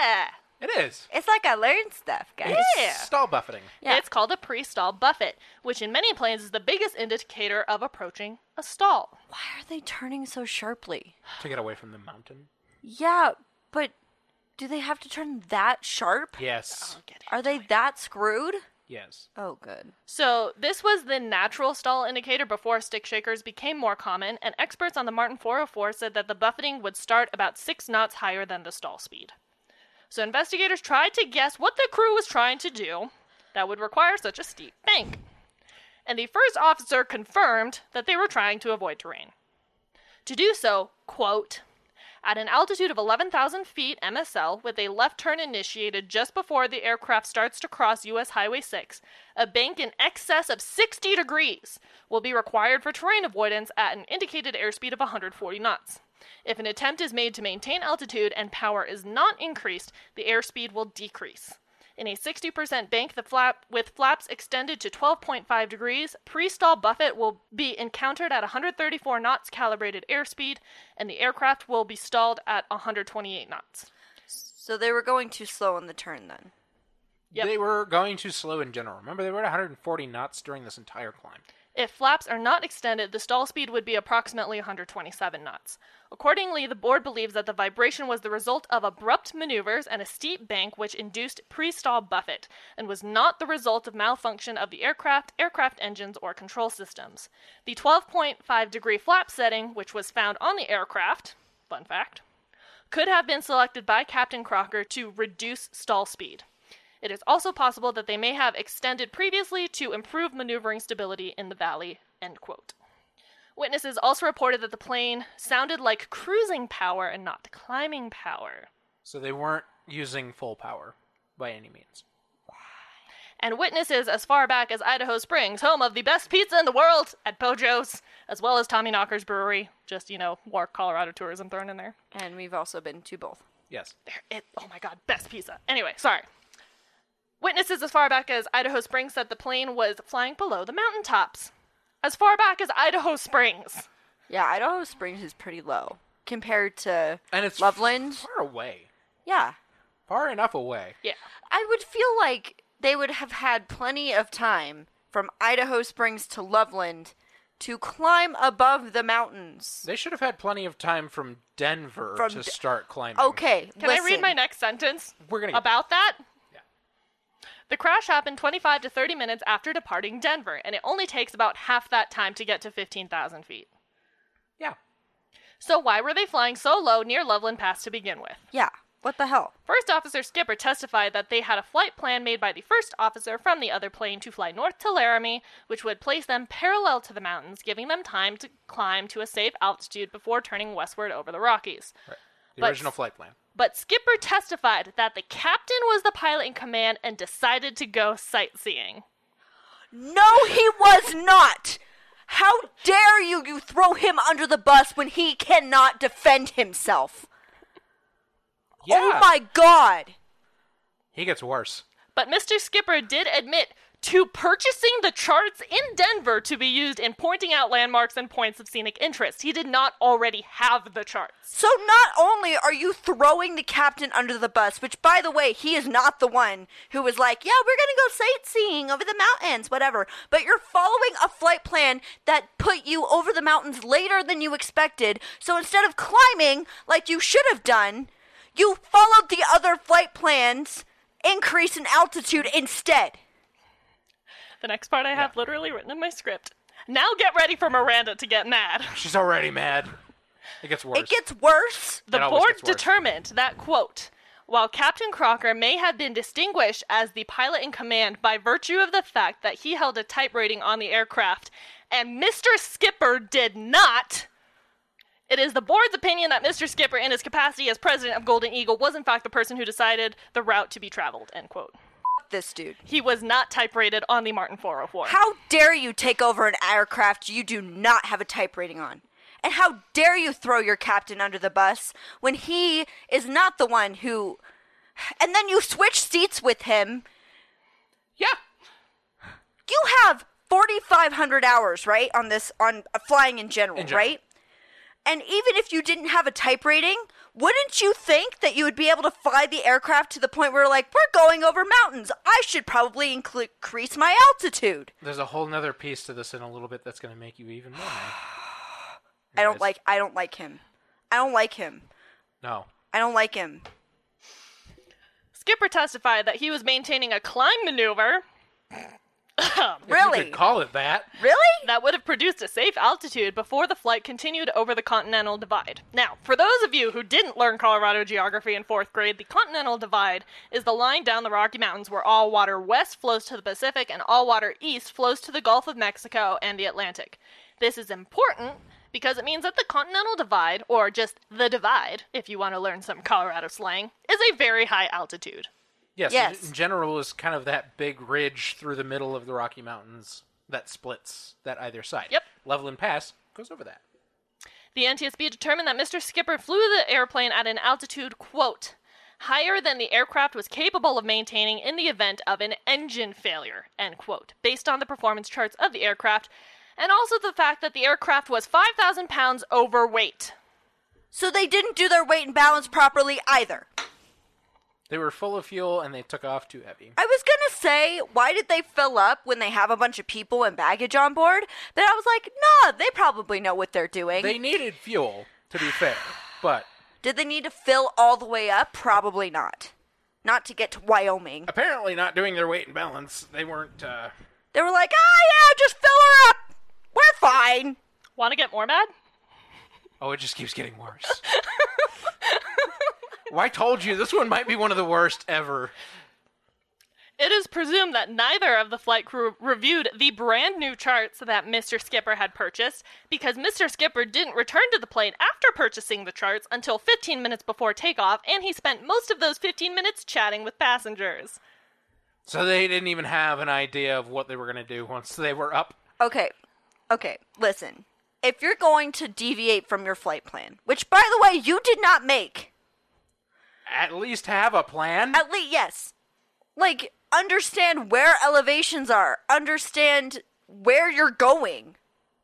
Yeah!
It is.
It's like I learned stuff, guys.
It's stall buffeting.
Yeah.
It's called a pre stall buffet, which in many planes is the biggest indicator of approaching a stall.
Why are they turning so sharply?
To get away from the mountain.
Yeah, but do they have to turn that sharp?
Yes.
Are they that screwed?
Yes.
Oh, good.
So, this was the natural stall indicator before stick shakers became more common, and experts on the Martin 404 said that the buffeting would start about six knots higher than the stall speed. So, investigators tried to guess what the crew was trying to do that would require such a steep bank. And the first officer confirmed that they were trying to avoid terrain. To do so, quote, at an altitude of 11,000 feet MSL, with a left turn initiated just before the aircraft starts to cross US Highway 6, a bank in excess of 60 degrees will be required for terrain avoidance at an indicated airspeed of 140 knots. If an attempt is made to maintain altitude and power is not increased, the airspeed will decrease. In a 60% bank the flap, with flaps extended to 12.5 degrees, pre stall buffet will be encountered at 134 knots calibrated airspeed, and the aircraft will be stalled at 128 knots.
So they were going too slow on the turn then.
Yep.
They were going too slow in general. Remember, they were at 140 knots during this entire climb.
If flaps are not extended, the stall speed would be approximately 127 knots. Accordingly, the board believes that the vibration was the result of abrupt maneuvers and a steep bank which induced pre stall buffet, and was not the result of malfunction of the aircraft, aircraft engines, or control systems. The 12.5 degree flap setting, which was found on the aircraft, fun fact, could have been selected by Captain Crocker to reduce stall speed. It is also possible that they may have extended previously to improve maneuvering stability in the valley. End quote. Witnesses also reported that the plane sounded like cruising power and not climbing power.
So they weren't using full power by any means.
And witnesses as far back as Idaho Springs, home of the best pizza in the world at Pojo's, as well as Tommy Knocker's Brewery. Just, you know, more Colorado tourism thrown in there.
And we've also been to both.
Yes.
It, oh my god, best pizza. Anyway, sorry. Witnesses as far back as Idaho Springs said the plane was flying below the mountaintops. As far back as Idaho Springs.
Yeah, Idaho Springs is pretty low compared to
And it's
Loveland.
far away.
Yeah.
Far enough away.
Yeah.
I would feel like they would have had plenty of time from Idaho Springs to Loveland to climb above the mountains.
They should have had plenty of time from Denver
From
to
De-
start climbing.
Okay,
Can I read
listen.
my next sentence?
We're gonna get-
about that.
Yeah.
The crash happened 25 to 30 minutes after departing Denver, and it only takes about half that time to get to 15,000 feet.
Yeah.
So why were they flying so low near Loveland Pass to begin with?
Yeah. What the hell?
First Officer Skipper testified that they had a flight plan made by the first officer from the other plane to fly north to Laramie, which would place them parallel to the mountains, giving them time to climb to a safe altitude before turning westward over the Rockies.
The
But-
original flight plan.
But Skipper testified that the captain was the pilot in command and decided to go sightseeing.
No, he was not. How dare you you throw him under the bus when he cannot defend himself?
Yeah.
Oh my god.
He gets worse.
But Mr. Skipper did admit to purchasing the charts in Denver to be used in pointing out landmarks and points of scenic interest. He did not already have the charts.
So not only are you throwing the captain under the bus, which by the way, he is not the one who was like, "Yeah, we're going to go sightseeing over the mountains, whatever." But you're following a flight plan that put you over the mountains later than you expected. So instead of climbing like you should have done, you followed the other flight plan's increase in altitude instead.
The next part I have literally written in my script. Now get ready for Miranda to get mad.
She's already mad. It gets worse.
It gets worse.
The
It always
board
gets worse.
determined that, quote, while Captain Crocker may have been distinguished as the pilot in command by virtue of the fact that he held a type rating on the aircraft, and Mr. Skipper did not, it is the board's opinion that Mr. Skipper, in his capacity as president of Golden Eagle, was in fact the person who decided the route to be traveled, end quote.
This dude.
He was not type rated on the Martin 404.
How dare you take over an aircraft you do not have a type rating on? And how dare you throw your captain under the bus when he is not the one who. And then you switch seats with him.
yeah.
You have 4,500 hours, right? On this, on uh, flying in general,
In general.
right? And even if you didn't have a type rating, wouldn't you think that you would be able to fly the aircraft to the point where, like, we're going over mountains? I should probably incl- increase my altitude.
There's a whole nother piece to this in a little bit that's going to make you even more mad.
I don't
Anyways,
like. I don't like him. I don't like him.
No.
I don't like him.
Skipper testified that he was maintaining a climb maneuver
You
Really?
could call it that.
Really?
that would have produced a safe altitude before the flight continued over the Continental Divide. Now, for those of you who didn't learn Colorado geography in fourth grade, the Continental Divide is the line down the Rocky Mountains where all water west flows to the Pacific and all water east flows to the Gulf of Mexico and the Atlantic. This is important because it means that the Continental Divide, or just the Divide, if you want to learn some Colorado slang, is a very high altitude.
Yes.
Yes.
In general, is kind of that big ridge through the middle of the Rocky Mountains that splits that either side.
Yep.
Loveland Pass goes over that.
The NTSB determined that Mr. Skipper flew the airplane at an altitude, quote, higher than the aircraft was capable of maintaining in the event of an engine failure, end quote, based on the performance charts of the aircraft, and also the fact that the aircraft was 5,000 pounds overweight.
So they didn't do their weight and balance properly either.
They were full of fuel and they took off too heavy.
I was gonna say, why did they fill up when they have a bunch of people and baggage on board? But I was like, nah, they probably know what they're doing.
They needed fuel, to be fair, but
Did they need to fill all the way up? Probably not. Not to get to Wyoming.
apparently not doing their weight and balance. They weren't. Uh,
They were like, ah, yeah, just fill her up. We're fine.
Want to get more mad?
oh, it just keeps getting
[laughs]
worse. well, I told you this one might be one of the worst ever.
It is presumed that neither of the flight crew reviewed the brand new charts that Mr. Skipper had purchased because Mr. Skipper didn't return to the plane after purchasing the charts until 15 minutes before takeoff, and he spent most of those 15 minutes chatting with passengers.
So they didn't even have an idea of what they were going to do once they were up.
Okay, okay, listen. If you're going to deviate from your flight plan, which by the way, you did not make,
At least have a plan.
at least, yes, like, understand where elevations are, understand where you're going,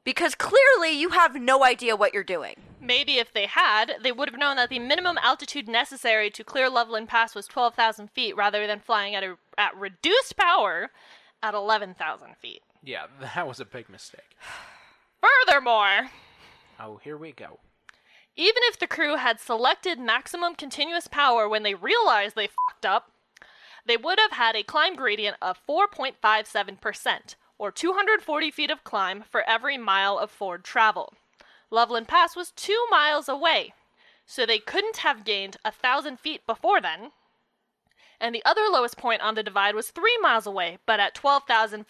because clearly you have no idea what you're doing.
Maybe if they had, they would have known that the minimum altitude necessary to clear Loveland Pass was 12,000 feet rather than flying at, a, at reduced power at 11,000 feet.
yeah, that was a big mistake.
Furthermore,
Oh, here we go.
Even if the crew had selected maximum continuous power when they realized they fucked up, they would have had a climb gradient of 4.57%, or 240 feet of climb for every mile of forward travel. Loveland Pass was two miles away, so they couldn't have gained 1,000 feet before then. And the other lowest point on the divide was three miles away, but at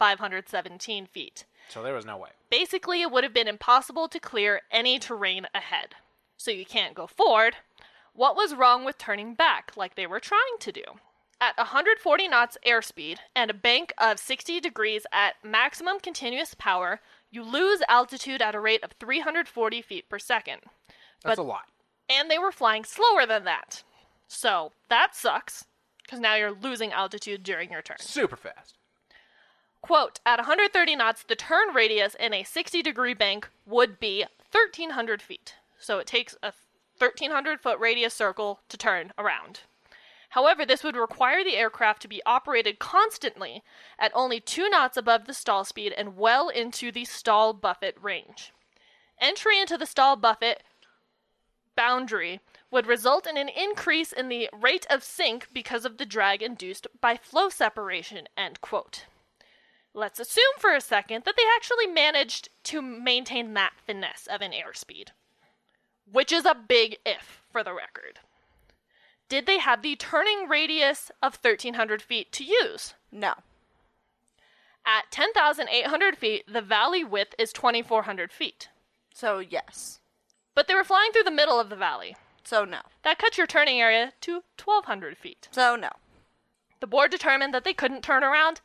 12,517 feet.
So there was no way.
Basically, it would have been impossible to clear any terrain ahead. So you can't go forward. What was wrong with turning back like they were trying to do? At 140 knots airspeed and a bank of 60 degrees at maximum continuous power, you lose altitude at a rate of 340 feet per second.
That's
But-
a lot.
And they were flying slower than that. So that sucks, because now you're losing altitude during your turn.
Super fast.
Quote, at 130 knots, the turn radius in a 60 degree bank would be 1,300 feet. So it takes a 1,300 foot radius circle to turn around. However, this would require the aircraft to be operated constantly at only two knots above the stall speed and well into the stall buffet range. Entry into the stall buffet boundary would result in an increase in the rate of sink because of the drag induced by flow separation. End quote let's assume for a second that they actually managed to maintain that finesse of an airspeed, which is a big if for the record. Did they have the turning radius of 1,300 feet to use?
No.
At 10,800 feet, the valley width is 2,400 feet.
So, yes.
But they were flying through the middle of the valley.
So, no.
That cuts your turning area to 1,200 feet.
So, no.
The board determined that they couldn't turn around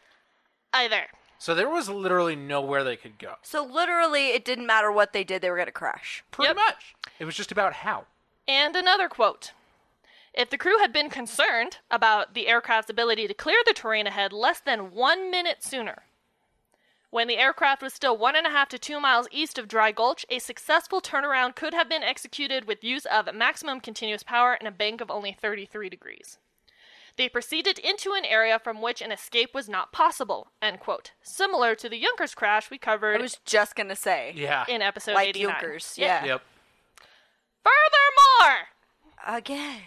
either.
So there was literally nowhere they could go.
So, literally, it didn't matter what they did, they were going to crash.
Pretty
Yep.
much. It was just about how.
And another quote If the crew had been concerned about the aircraft's ability to clear the terrain ahead less than one minute sooner, when the aircraft was still one and a half to two miles east of Dry Gulch, a successful turnaround could have been executed with use of maximum continuous power and a bank of only 33 degrees. They proceeded into an area from which an escape was not possible. End quote. Similar to the Junkers crash we
I
covered
was just going to say.
Yeah.
in episode
Like
89.
Junkers, yeah.
Yep.
Furthermore,
Again.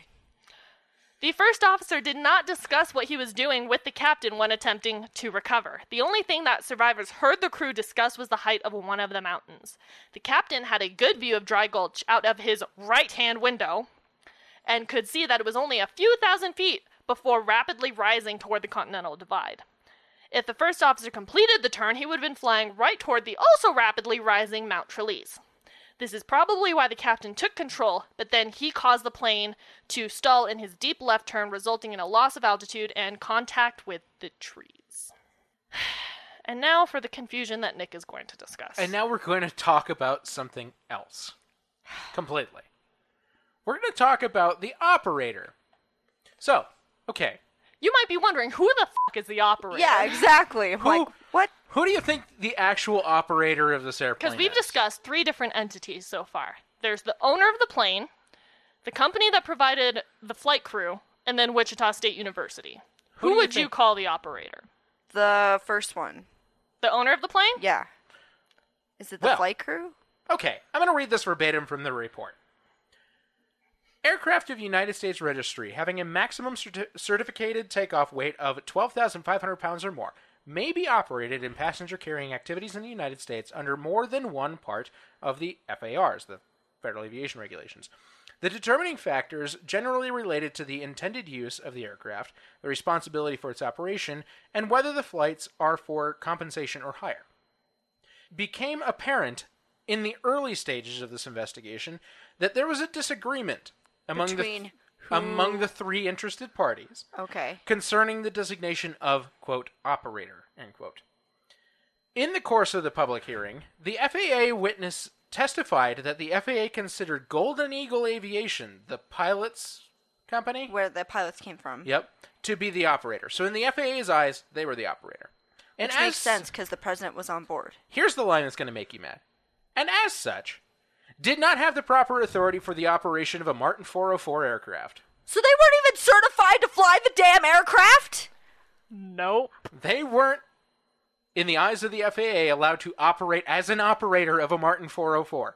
The first officer did not discuss what he was doing with the captain when attempting to recover. The only thing that survivors heard the crew discuss was the height of one of the mountains. The captain had a good view of Dry Gulch out of his right hand window and could see that it was only a few thousand feet before rapidly rising toward the Continental Divide. If the first officer completed the turn, he would have been flying right toward the also rapidly rising Mount Trelease. This is probably why the captain took control, but then he caused the plane to stall in his deep left turn, resulting in a loss of altitude and contact with the trees. [sighs] And now for the confusion that Nick is going to discuss.
And now we're going to talk about something else. [sighs] Completely. We're going to talk about the operator. So, okay.
you might be wondering who the fuck is the operator?
Yeah, exactly. I'm
Who-
like, what?
Who do you think the actual operator of this airplane
Because we've
is?
discussed three different entities so far. There's the owner of the plane, the company that provided the flight crew, and then Wichita State University. Who,
Who do you
would you
think-
call the operator?
The first one.
The owner of the plane?
Yeah. Is it the
Well.
flight crew?
Okay, I'm going to read this verbatim from the report. Aircraft of United States Registry having a maximum certi- certificated takeoff weight of 12,500 pounds or more may be operated in passenger carrying activities in the United States under more than one part of the FARs, the Federal Aviation Regulations. The determining factors generally related to the intended use of the aircraft, the responsibility for its operation, and whether the flights are for compensation or hire became apparent in the early stages of this investigation that there was a disagreement among the
Between who-
among the three interested parties
Okay.
concerning the designation of quote operator end quote. In the course of the public hearing, the FAA witness testified that the FAA considered Golden Eagle Aviation, the pilots company,
Where the pilots came from.
yep, to be the operator. So in the FAA's eyes, they were the operator. And
Which
as-
makes sense because the president was on board.
Here's the line that's going to make you mad. And as such, did not have the proper authority for the operation of a Martin 404 aircraft.
So they weren't even certified to fly the damn aircraft?
Nope.
They weren't, in the eyes of the FAA, allowed to operate as an operator of a Martin 404.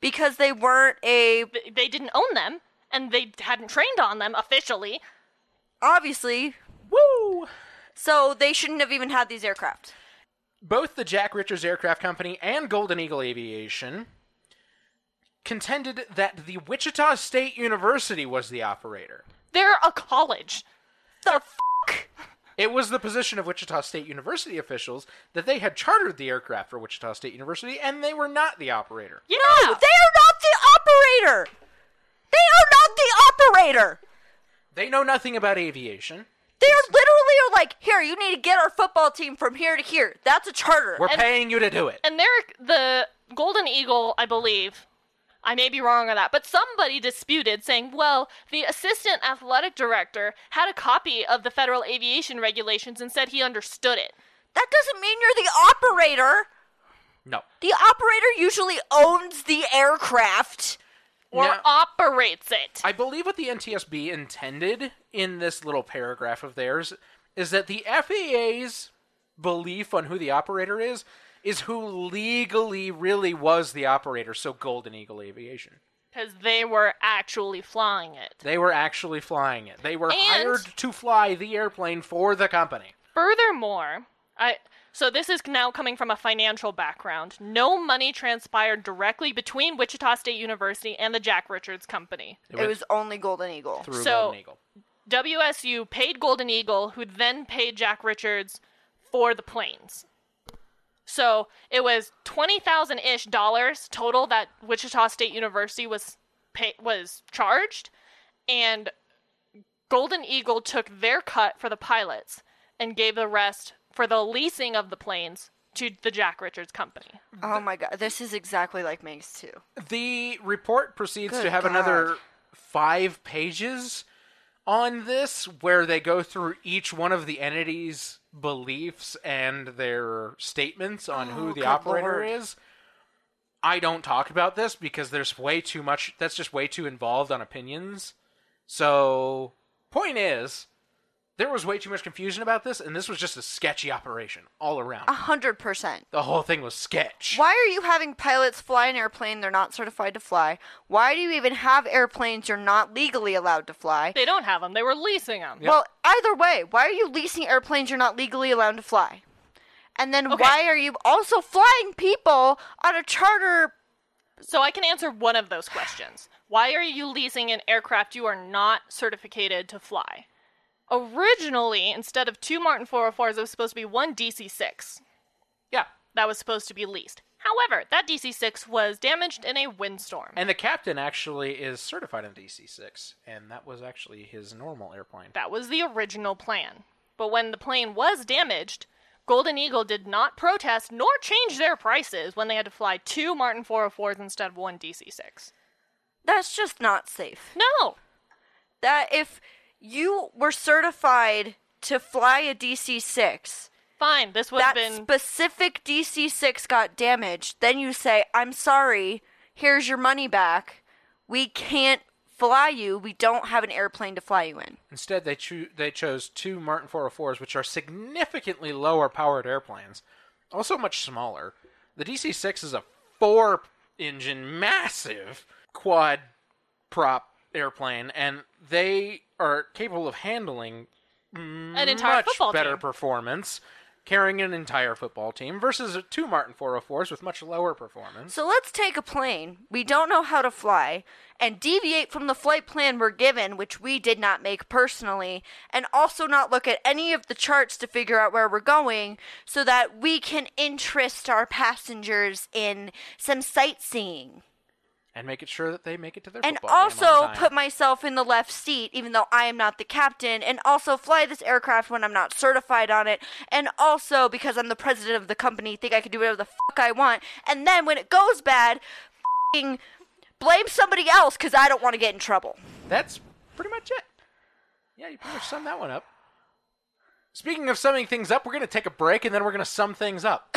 Because they weren't a.
They- They didn't own them, and they hadn't trained on them officially.
Obviously.
Woo!
So they shouldn't have even had these aircraft.
Both the Jack Richards Aircraft Company and Golden Eagle Aviation contended that the Wichita State University was the operator.
They're a college.
The fuck?
It was the position of Wichita State University officials that they had chartered the aircraft for Wichita State University and they were not the operator.
Yeah.
No, they are not the operator. They are not the operator.
They know nothing about aviation.
They are literally are like, here, you need to get our football team from here to here. That's a charter.
We're paying you to do it.
and they're the Golden Eagle, I believe. I may be wrong on that, but somebody disputed, saying, well, the assistant athletic director had a copy of the federal aviation regulations and said he understood it.
that doesn't mean you're the operator.
No.
The operator usually owns the aircraft.
or
Now-
operates it.
I believe what the NTSB intended in this little paragraph of theirs is that the FAA's belief on who the operator is is who legally really was the operator, so Golden Eagle Aviation.
Because they were actually flying it.
They were actually flying it. They were
And-
hired to fly the airplane for the company.
Furthermore, I so this is now coming from a financial background. No money transpired directly between Wichita State University and the Jack Richards Company.
It was, only Golden Eagle.
through
So-
Golden Eagle.
WSU paid Golden Eagle, who then paid Jack Richards for the planes. So it was twenty thousand ish dollars total that Wichita State University was pay- was charged, and Golden Eagle took their cut for the pilots and gave the rest for the leasing of the planes to the Jack Richards company.
Oh my god, this is exactly like Maze 2.
The report proceeds to
Good
have
God.
another five pages on this where they go through each one of the entities' beliefs and their statements on who the
Oh, good
operator
lord.
is. I don't talk about this because there's way too much that's just way too involved on opinions. So point is there was way too much confusion about this and this was just a sketchy operation all around.
A hundred percent.
The whole thing was sketch.
Uh, Why are you having pilots fly an airplane they're not certified to fly? Why do you even have airplanes you're not legally allowed to fly?
They don't have them; they were leasing them.
Well, either way, why are you leasing airplanes you're not legally allowed to fly? And then
Okay.
why are you also flying people on a charter?
So I can answer one of those questions. Why are you leasing an aircraft you are not certificated to fly? Originally, instead of two Martin 404s, it was supposed to be one DC 6
Yeah.
that was supposed to be leased. However, that DC 6 was damaged in a windstorm.
And the captain actually is certified in DC 6, and that was actually his normal airplane.
That was the original plan. But when the plane was damaged, Golden Eagle did not protest nor change their prices when they had to fly two Martin 404s instead of one DC 6.
That's just not safe.
No!
That if you were certified to fly a DC 6,
Fine, this would have
that
been.
specific DC 6 got damaged, then you say, I'm sorry, here's your money back. We can't fly you, we don't have an airplane to fly you in.
Instead, they cho- they chose two Martin 404s, which are significantly lower powered airplanes, also much smaller. The DC 6 is a four engine, massive quad prop airplane, and they are capable of handling
An entire
much
football
better
team.
performance carrying an entire football team versus two Martin 404s with much lower performance.
So let's take a plane we don't know how to fly and deviate from the flight plan we're given, which we did not make personally, and also not look at any of the charts to figure out where we're going so that we can interest our passengers in some sightseeing.
and making sure that they make it to their
And
football game on
also
time.
put myself in the left seat, even though I am not the captain, and also fly this aircraft when I'm not certified on it, and also because I'm the president of the company, think I can do whatever the fuck I want, and then when it goes bad, fing blame somebody else because I don't want to get in trouble.
That's pretty much it. Yeah, you pretty much summed that one up. Speaking of summing things up, we're going to take a break and then we're going to sum things
[laughs]
up.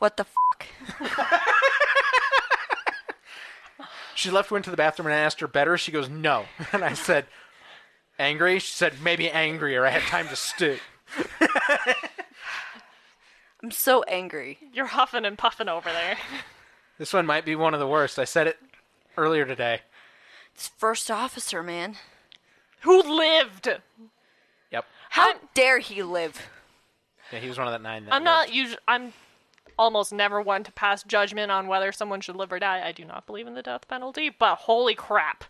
What the fuck?
She left, went to the bathroom, and I asked her better. She goes, no. [laughs] And I said, angry? She said, maybe angrier. I had time to stew.
I'm so angry.
You're huffing and puffing over there.
This one might be one of the worst. I said it earlier today.
This first officer, man.
Who lived?
Yep.
How dare he live?
Yeah, he was one of that nine. That
I'm not usually. I'm almost never one to pass judgment on whether someone should live or die. I do not believe in the death penalty, but holy crap!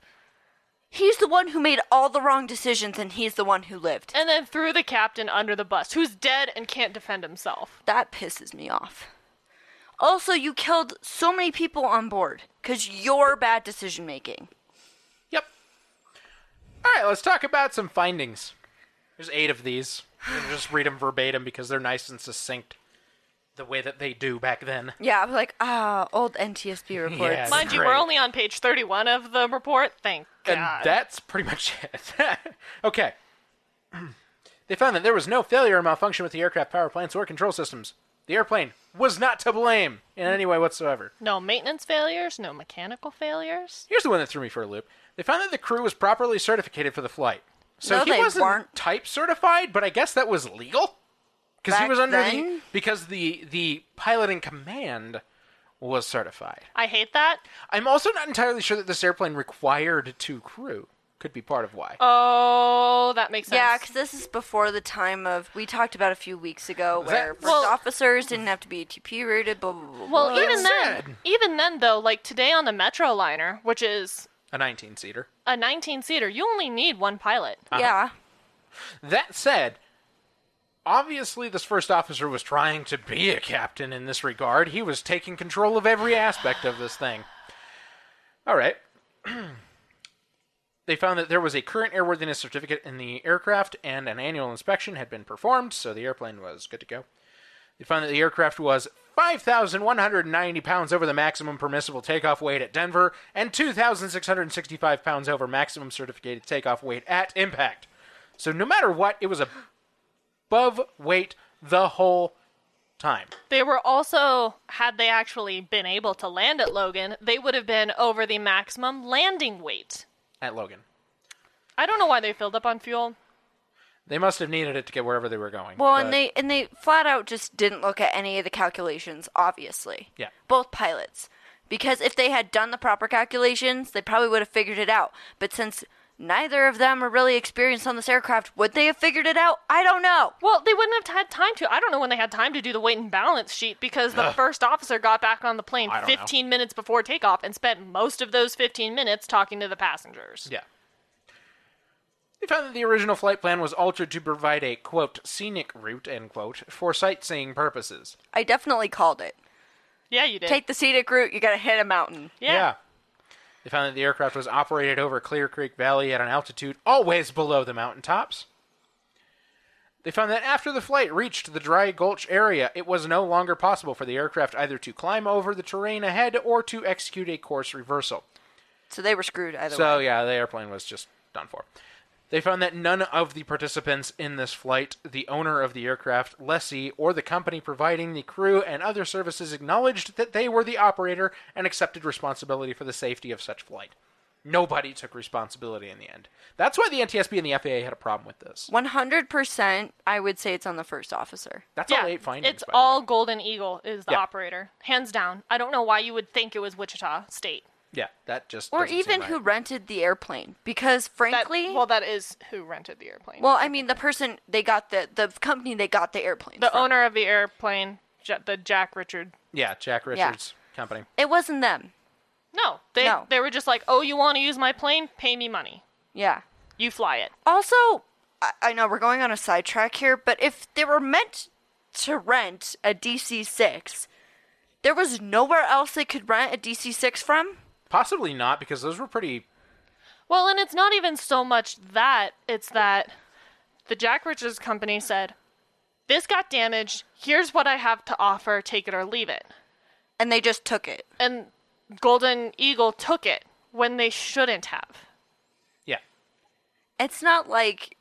He's the one who made all the wrong decisions, and he's the one who lived.
And then threw the captain under the bus, who's dead and can't defend himself.
That pisses me off. Also, you killed so many people on board because your bad decision making.
Yep. All right, let's talk about some findings. There's eight of these. I'm gonna just read them verbatim because they're nice and succinct, the way that they do back then.
Yeah, I was like, ah, old NTSB reports.
Yes.
Mind you, we're
Great.
only on page 31 of the report. Thank
And
God.
that's pretty much [laughs] it. okay. [clears throat] they found that there was no failure or malfunction with the aircraft power plants or control systems. The airplane was not to blame in any way whatsoever.
no maintenance failures, no mechanical failures.
Here's the one that threw me for a loop. They found that the crew was properly certificated for the flight. So
No,
he
they
wasn't
weren't.
type certified, but I guess that was legal because he
Back
was under the
then?
because the the pilot in command was certified.
I hate that.
I'm also not entirely sure that this airplane required two crew. Could be part of why.
Oh, that makes sense.
Yeah, because this is before the time of we talked about a few weeks ago where first
Well-
officers didn't have to be ATP rated. Blah blah blah. blah.
Well,
Well,
even then,
that's sad.
even then though, like today on the Metro liner, which is
a 19 seater.
a 19 seater, you only need one pilot.
Yeah,
That said, obviously this first officer was trying to be a captain in this regard. He was taking control of every aspect of this thing. All right. [clears throat] they found that there was a current airworthiness certificate in the aircraft and an annual inspection had been performed, so the airplane was good to go. They found that the aircraft was 5,190 pounds over the maximum permissible takeoff weight at Denver and 2,665 pounds over maximum certificated takeoff weight at impact. So no matter what, it was above weight the whole time.
They were also, had they actually been able to land at Logan, they would have been over the maximum landing weight.
At Logan,
I don't know why they filled up on fuel.
they must have needed it to get wherever they were going.
well,
but-
and they and they flat out just didn't look at any of the calculations. Obviously,
Yeah.
both pilots, because if they had done the proper calculations, they probably would have figured it out. But since neither of them are really experienced on this aircraft, would they have figured it out? I don't know.
Well, they wouldn't have had time to. I don't know when they had time to do the weight and balance sheet because the first officer got back on the plane
I don't know.
15 minutes before takeoff and spent most of those 15 minutes talking to the passengers.
Yeah. They found that the original flight plan was altered to provide a quote scenic route end quote for sightseeing purposes.
I definitely called it.
Yeah, you did.
Take the scenic route. You gotta hit a mountain.
yeah.
They found that the aircraft was operated over Clear Creek Valley at an altitude always below the mountaintops. They found that after the flight reached the Dry Gulch area, it was no longer possible for the aircraft either to climb over the terrain ahead or to execute a course reversal.
So they were screwed either way.
So yeah, the airplane was just done for. They found that none of the participants in this flight, the owner of the aircraft, lessee, or the company providing the crew and other services acknowledged that they were the operator and accepted responsibility for the safety of such flight. Nobody took responsibility in the end. That's why the NTSB and the FAA had a problem with this.
100%, I would say it's on the first officer.
That's all
Yeah,
eight findings.
it's
by the way.
all Golden Eagle is the
Yeah.
operator, hands down. I don't know why you would think it was Wichita State.
Yeah, that just.
Or
doesn't seem
even
right.
who rented the airplane. Because
That-
frankly,
well, that is who rented the airplane.
well, I mean, the person they got the, the company they got the airplane
the
from.
owner of the airplane, Ja- the Jack Richard.
Yeah, Jack
Yeah.
Richards Company.
It wasn't them.
No, they
No.
they were just like, oh, you want to use my plane? Pay me money.
Yeah.
You fly it.
Also, I, I know we're going on a sidetrack here, but if they were meant to rent a DC 6, there was nowhere else they could rent a DC 6 from.
Possibly not because those were pretty.
Well, and it's not even so much that, it's that the Jack Richards company said, This got damaged. Here's what I have to offer. Take it or leave it.
And they just took it.
And Golden Eagle took it when they shouldn't have.
Yeah,
It's not like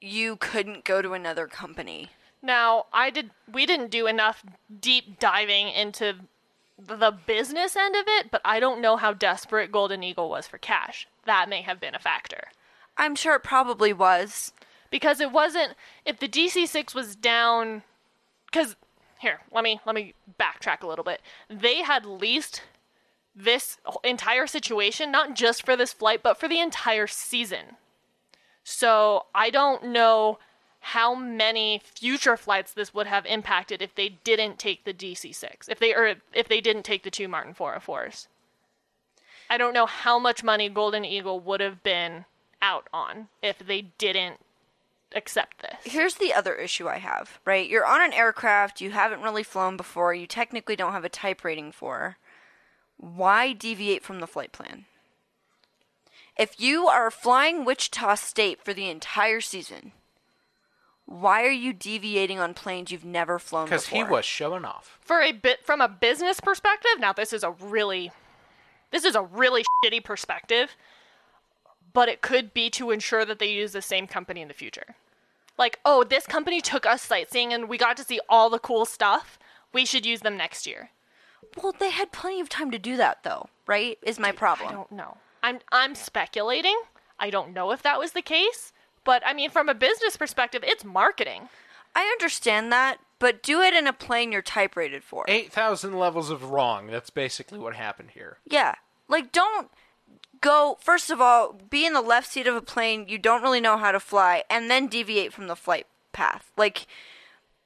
you couldn't go to another company.
Now, I did we didn't do enough deep diving into the business end of it, but I don't know how desperate Golden Eagle was for cash. That may have been a factor.
I'm sure it probably was.
because it wasn't if the DC6 was down cuz here, let me let me backtrack a little bit. They had leased this entire situation not just for this flight but for the entire season. So, I don't know how many future flights this would have impacted if they didn't take the DC6. If they or if they didn't take the two Martin 404s. I don't know how much money Golden Eagle would have been out on if they didn't accept this.
Here's the other issue I have, right? You're on an aircraft you haven't really flown before, you technically don't have a type rating for. Why deviate from the flight plan? If you are flying Wichita State for the entire season, why are you deviating on planes you've never flown
because
before?
he was showing off.
For a bit from a business perspective, now this is a really this is a really shitty perspective, but it could be to ensure that they use the same company in the future. Like, oh, this company took us sightseeing and we got to see all the cool stuff. We should use them next year.
Well, they had plenty of time to do that, though, right? Is my problem.
I don't know. I'm I'm speculating. I don't know if that was the case, but I mean from a business perspective, it's marketing.
I understand that, but do it in a plane you're type rated for.
Eight thousand levels of wrong. That's basically what happened here.
Yeah. Like, don't go, first of all, be in the left seat of a plane you don't really know how to fly, and then deviate from the flight path. Like,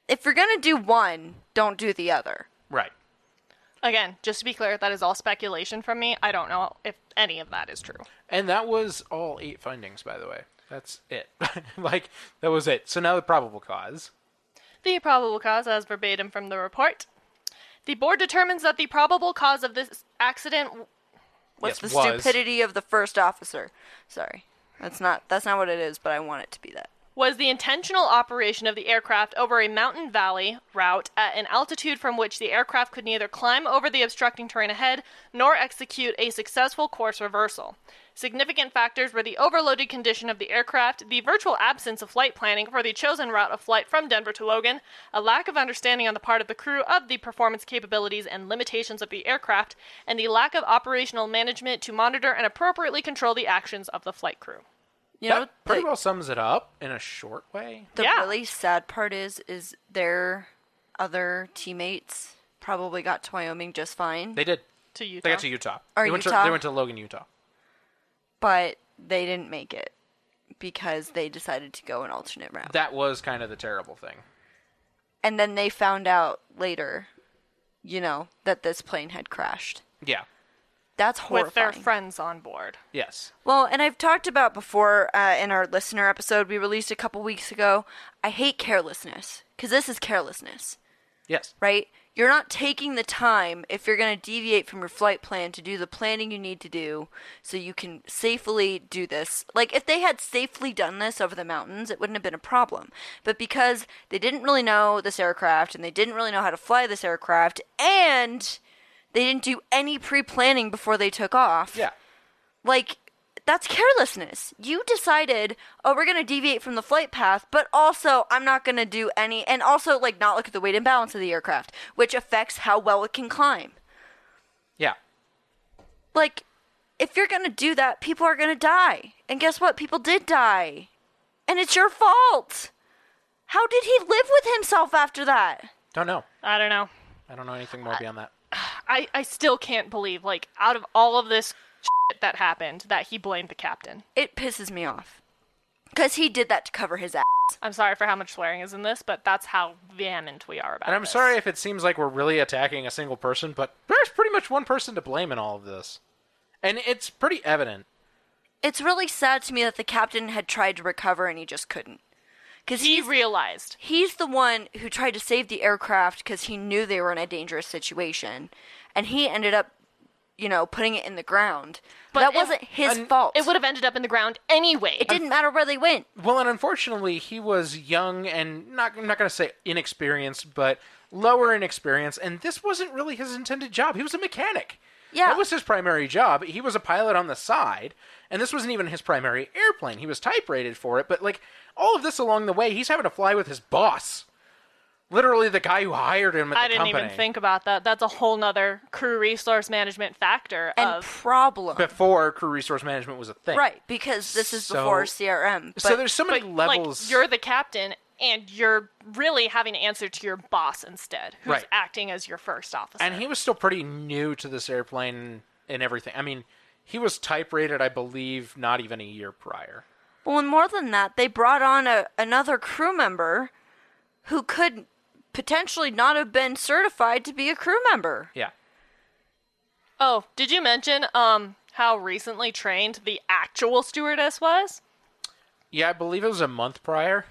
if you're going to do one, don't do the other.
Right.
Again, just to be clear, that is all speculation from me. I don't know if any of that is true.
And that was all eight findings, by the way. That's it. [laughs] like that was it. So now the probable cause.
The probable cause, as verbatim from the report. The board determines that the probable cause of this accident.
What's
Yes,
the
was.
stupidity of the first officer? Sorry. That's not that's not what it is, but I want it to be that.
was the intentional operation of the aircraft over a mountain valley route at an altitude from which the aircraft could neither climb over the obstructing terrain ahead nor execute a successful course reversal. Significant factors were the overloaded condition of the aircraft, the virtual absence of flight planning for the chosen route of flight from Denver to Logan, a lack of understanding on the part of the crew of the performance capabilities and limitations of the aircraft, and the lack of operational management to monitor and appropriately control the actions of the flight crew.
You know,
that pretty
the,
well sums it up in a short way.
the
Yeah.
really sad part is is their other teammates probably got to Wyoming just fine,
They did.
To Utah.
They got to Utah.
Or
they went
Utah.
to they went to Logan, Utah.
but they didn't make it because they decided to go an alternate route.
That was kind of the terrible thing.
and then they found out later, you know, that this plane had crashed.
Yeah.
That's
with
horrifying.
their friends on board.
Yes.
well, and I've talked about before uh, in our listener episode we released a couple weeks ago. I hate carelessness because this is carelessness,
Yes.
right? You're not taking the time if you're going to deviate from your flight plan to do the planning you need to do so you can safely do this. Like, if they had safely done this over the mountains, it wouldn't have been a problem. But because they didn't really know this aircraft and they didn't really know how to fly this aircraft and they didn't do any pre planning before they took off.
Yeah.
Like, that's carelessness. You decided, oh, we're going to deviate from the flight path, but also I'm not going to do any, and also, like, not look at the weight and balance of the aircraft, which affects how well it can climb.
Yeah.
Like, if you're going to do that, people are going to die. And guess what? People did die. And it's your fault. How did he live with himself after that?
Don't know.
I don't know.
I don't know anything more beyond that.
I, I still can't believe, like, out of all of this shit that happened, that he blamed the captain.
It pisses me off. Because he did that to cover his ass.
I'm sorry for how much swearing is in this, but that's how vehement we are about it.
And I'm sorry if it seems like we're really attacking a single person, but there's pretty much one person to blame in all of this. And it's pretty evident.
It's really sad to me that the captain had tried to recover and he just couldn't. Because
He
he's,
realized.
he's the one who tried to save the aircraft because he knew they were in a dangerous situation. And he ended up, you know, putting it in the ground. But that
it-
wasn't his
an-
fault.
It would have ended up in the ground anyway.
It didn't matter where they went.
Well, and unfortunately, he was young and not I'm not going to say inexperienced, but lower in experience, and this wasn't really his intended job. He was a mechanic.
Yeah.
That was his primary job. He was a pilot on the side, and this wasn't even his primary airplane. He was type rated for it, but like all of this along the way, he's having to fly with his boss. Literally the guy who hired him at
I
the
didn't
company.
even think about that. That's a whole nother crew resource management factor
And
of
problem.
before crew resource management was a thing.
right, because this is
So-
before CRM. But
so there's so many
but,
levels.
Like, you're the captain, and you're really having to answer to your boss instead, who's
Right.
acting as your first officer.
and he was still pretty new to this airplane and everything. I mean, he was type rated, I believe, not even a year prior.
Well, and more than that, they brought on a, another crew member who could potentially not have been certified to be a crew member.
Yeah.
oh, did you mention um how recently trained the actual stewardess was?
Yeah, I believe it was a month prior.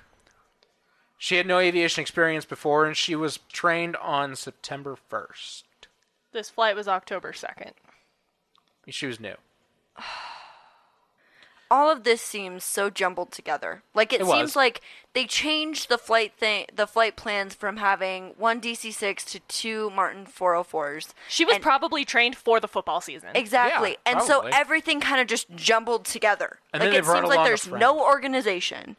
She had no aviation experience before, and she was trained on September 1st.
This flight was October second.
She was new.
All of this seems so jumbled together. Like it,
It
seems
was.
like they changed the flight thing, the flight plans from having one DC-6 to two Martin 404s.
She was
And-
probably trained for the football season.
Exactly.
Yeah,
and
probably.
so everything kind of just jumbled together.
And
like
then they
it
brought
seems like
along a
there's
friend.
no organization.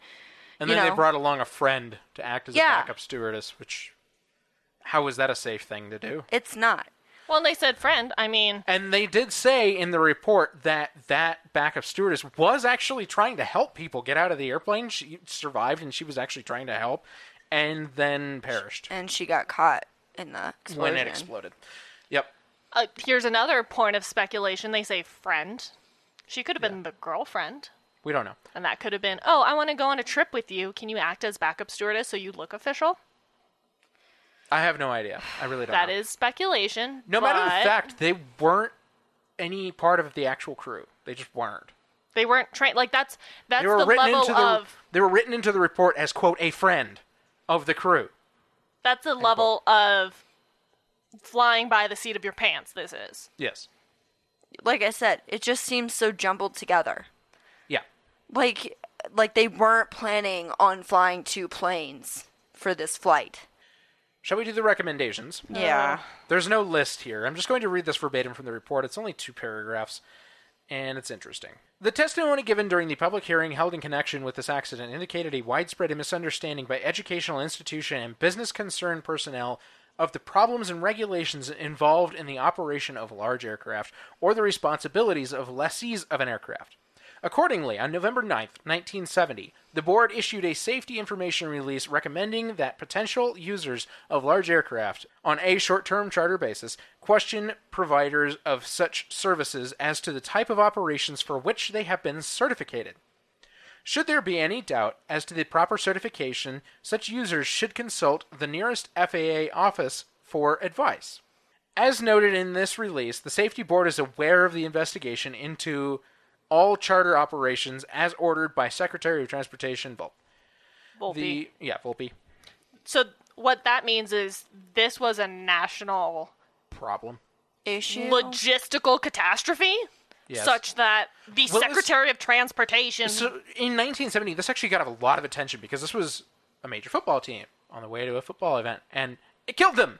And
You
then
know.
they brought along a friend to act as
Yeah.
a backup stewardess, which, how was that a safe thing to do?
It's not.
Well, and they said friend. I mean,
And they did say in the report that that backup stewardess was actually trying to help people get out of the airplane. She survived and she was actually trying to help and then perished
And she got caught in the explosion.
when it exploded. Yep.
uh, here's another point of speculation. They say friend. She could have been the girlfriend.
We don't know.
And that could have been, oh, I want to go on a trip with you. Can you act as backup stewardess so you look official?
I have no idea. I really don't
That
know.
is speculation.
no matter
but
the fact, they weren't any part of the actual crew. They just weren't.
they weren't trained. Like that's that's
they were
the
written
level
into the
of
they were written into the report as quote a friend of the crew.
that's the level of flying by the seat of your pants. This is
Yes.
Like I said, it just seems so jumbled together.
Yeah.
like like they weren't planning on flying two planes for this flight.
Shall we do the recommendations?
Yeah.
There's no list here. I'm just going to read this verbatim from the report. It's only two paragraphs, and it's interesting. The testimony given during the public hearing held in connection with this accident indicated a widespread misunderstanding by educational institution and business concern personnel of the problems and regulations involved in the operation of large aircraft or the responsibilities of lessees of an aircraft. Accordingly, on November 9th, 1970, the board issued a safety information release recommending that potential users of large aircraft on a short-term charter basis question providers of such services as to the type of operations for which they have been certificated. Should there be any doubt as to the proper certification, such users should consult the nearest FAA office for advice. As noted in this release, the Safety Board is aware of the investigation into all charter operations as ordered by Secretary of Transportation Volpe.
Volpe.
The yeah, Volpe.
so what that means is this was a national
Problem.
Issue.
logistical catastrophe
Yes.
such that the
Well, it was-
Secretary of Transportation
So in 1970, this actually got a lot of attention because this was a major football team on the way to a football event, and it killed them.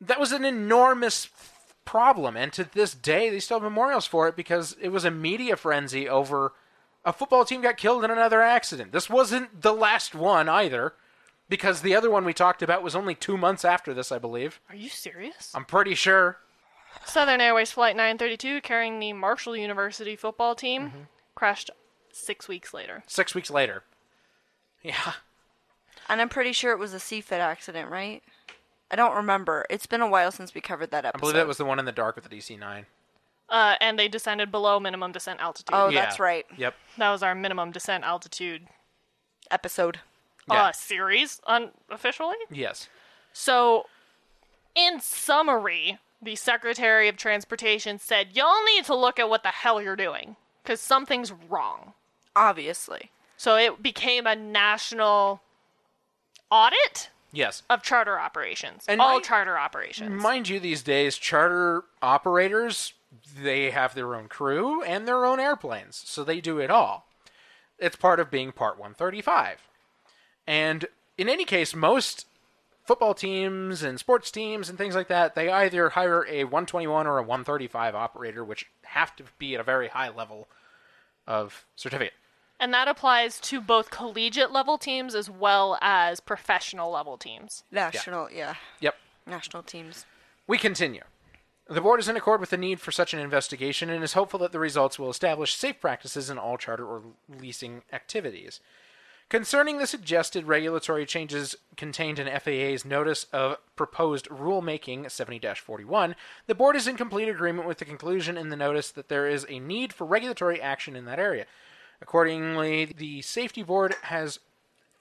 That was an enormous f- problem, and to this day, they still have memorials for it because it was a media frenzy over a football team got killed in another accident. This wasn't the last one either, because the other one we talked about was only two months after this, I believe.
Are you serious?
I'm pretty sure.
Southern Airways Flight 932, carrying the Marshall University football team,
Mm-hmm.
crashed six weeks later.
Six weeks later. Yeah.
And I'm pretty sure it was a CFIT accident, right? I don't remember. It's been a while since we covered that episode.
I believe that was the one in the dark with the DC 9.
Uh, and they descended below minimum descent altitude.
Oh,
Yeah.
that's right.
Yep.
That was our minimum descent altitude
Episode.
Yeah.
uh, series, unofficially.
Yes.
So, in summary, the Secretary of Transportation said, Y'all need to look at what the hell you're doing, because something's wrong.
Obviously.
So, it became a national audit
Yes.
of charter operations,
And
all
my-
charter operations.
Mind you, these days, charter operators, they have their own crew and their own airplanes, so they do it all. It's part of being Part 135. And in any case, most football teams and sports teams and things like that, they either hire a 121 or a 135 operator, which have to be at a very high level of certificate.
And that applies to both collegiate level teams as well as professional level teams.
National, yeah.
Yep.
National teams.
We continue. The board is in accord with the need for such an investigation and is hopeful that the results will establish safe practices in all charter or leasing activities. Concerning the suggested regulatory changes contained in FAA's Notice of Proposed Rulemaking 70 41, the board is in complete agreement with the conclusion in the notice that there is a need for regulatory action in that area. Accordingly, the Safety Board has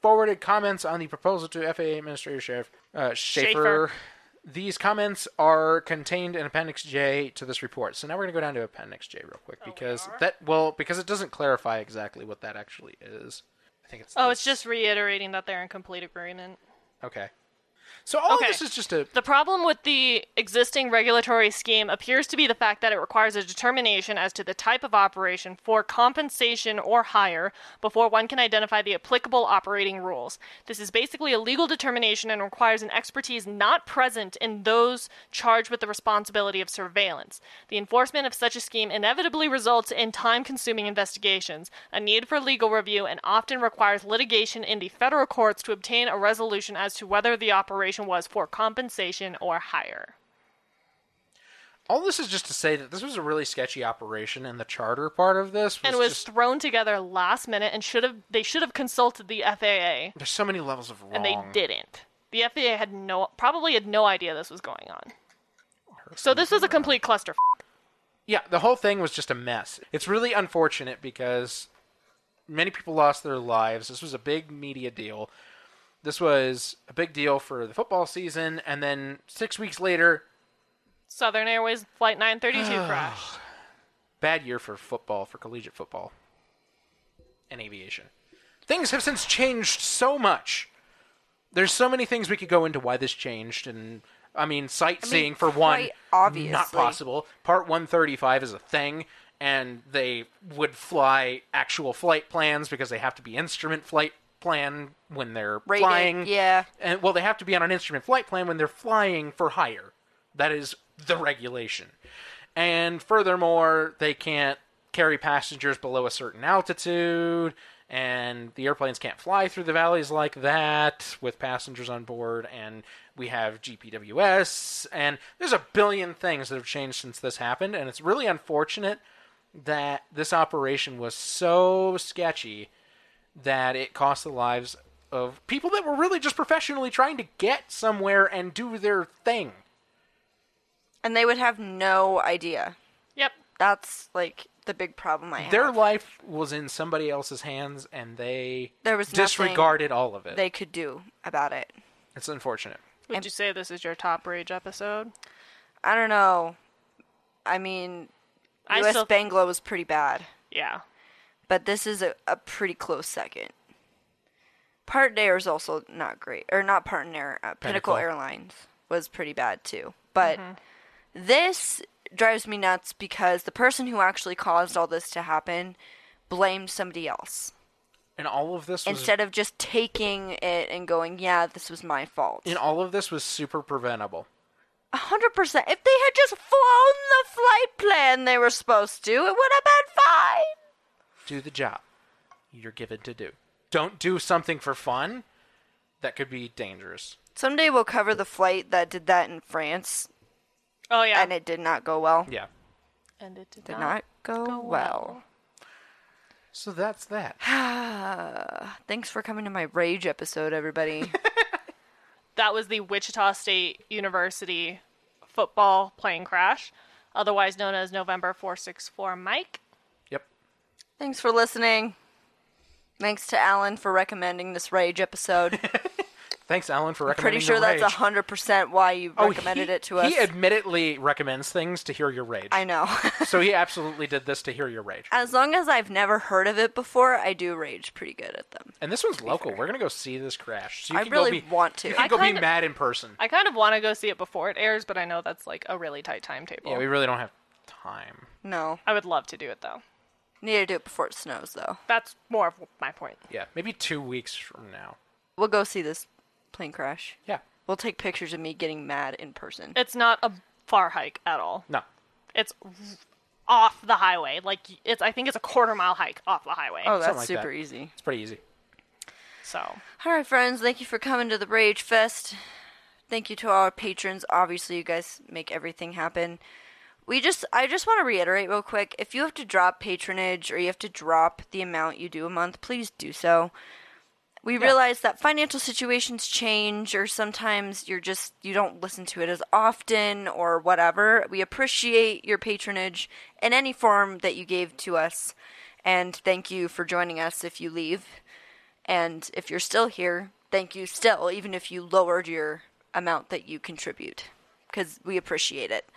forwarded comments on the proposal to FAA Administrator Sheriff uh, Schaefer.
Schaefer.
These comments are contained in Appendix J to this report. So now we're going to go down to Appendix J real
Oh,
quick because that well because it doesn't clarify exactly what that actually is. I think it's
Oh,
this.
it's just reiterating that they're in complete agreement.
Okay. So all
Okay.
of this is just a
The problem with the existing regulatory scheme appears to be the fact that it requires a determination as to the type of operation for compensation or hire before one can identify the applicable operating rules. This is basically a legal determination and requires an expertise not present in those charged with the responsibility of surveillance. The enforcement of such a scheme inevitably results in time consuming investigations, a need for legal review, and often requires litigation in the federal courts to obtain a resolution as to whether the operation was for compensation or hire.
all this is just to say that this was a really sketchy operation and the charter part of this was,
and was
just
thrown together last minute and should have they should have consulted the FAA
there's so many levels of wrong.
and they didn't. The FAA had no probably had no idea this was going on. So this was a complete cluster.
Yeah, the whole thing was just a mess. It's really unfortunate because many people lost their lives. This was a big media deal. This was a big deal for the football season and then 6 weeks later,
Southern Airways flight
[sighs]
932 crashed.
bad year for football, for collegiate football and aviation. Things have since changed so much. There's so many things we could go into why this changed, and I mean sightseeing for one,
quite obviously.
not possible. Part 135 is a thing, and they would fly actual flight plans because they have to be instrument flight plan when they're
Rated,
flying.
yeah.
and well, they have to be on an instrument flight plan when they're flying for hire. That is the regulation. And furthermore, they can't carry passengers below a certain altitude, and the airplanes can't fly through the valleys like that with passengers on board. And we have GPWS, and there's a billion things that have changed since this happened. And it's really unfortunate that this operation was so sketchy that it cost the lives of people that were really just professionally trying to get somewhere and do their thing.
And they would have no idea.
Yep.
That's like the big problem I have.
Their life was in somebody else's hands, and they
There was nothing
disregarded all of it.
they could do about it.
it's unfortunate.
Would you say this is your top rage episode?
I don't know. I mean,
I
U.S.
still-
Bangla was pretty bad,
Yeah.
but this is a, a pretty close second. Partner is also not great, or not Partner. Uh, Pinnacle,
Pinnacle.
Airlines was pretty bad too. But this drives me nuts because the person who actually caused all this to happen blamed somebody else
And all of this was
instead of just taking it and going, "Yeah, this was my fault."
and all of this was super preventable.
A hundred percent. If they had just flown the flight plan they were supposed to, it would have been fine.
Do the job you're given to do. Don't do something for fun that could be dangerous.
Someday we'll cover the flight that did that in France,
Oh yeah,
and it did not go well.
Yeah.
And it did
Did not go, well.
So that's
[sighs]
that.
Thanks for coming to my rage
[laughs]
episode, everybody.
That was the Wichita State University football plane crash, otherwise known as November 464 Mike.
Yep.
Thanks for listening. Thanks to Alan for recommending this rage
[laughs]
episode.
Thanks, Alan, for recommending
Pretty sure
the
that's a
rage.
hundred percent why you
Oh,
recommended
he-
it to us.
He admittedly recommends things to hear your rage.
I know. [laughs]
so he absolutely did this to hear your rage.
as long as I've never heard of it before, I do rage pretty good at them.
And this one's local. We're gonna go see this crash. So you
I
can
really
go be,
want to.
You can
I
go be
kinda-
mad in person.
I kind of want to go see it before it airs, but I know that's like a really tight timetable.
Yeah, we really don't have time.
No,
I would love to do it though.
need to do it before it snows, though.
That's more of my point.
Yeah, maybe two weeks from now.
We'll go see this plane crash.
Yeah.
We'll take pictures of me getting mad in person.
It's not a far hike at all.
No.
It's r- off the highway. Like it's I think it's a quarter mile hike off the highway.
Oh, that's
like
super
that.
easy.
It's pretty easy.
So
All right, friends. Thank you for coming to the Rage Fest. Thank you to our patrons. Obviously, you guys make everything happen. We just, I just want to reiterate real quick. If you have to drop patronage or you have to drop the amount you do a month, please do so. We realize that financial situations change, or sometimes you're just you don't listen to it as often, or whatever. We appreciate your patronage in any form that you gave to us, and thank you for joining us. If you leave, and if you're still here, thank you still, even if you lowered your amount that you contribute, because we appreciate it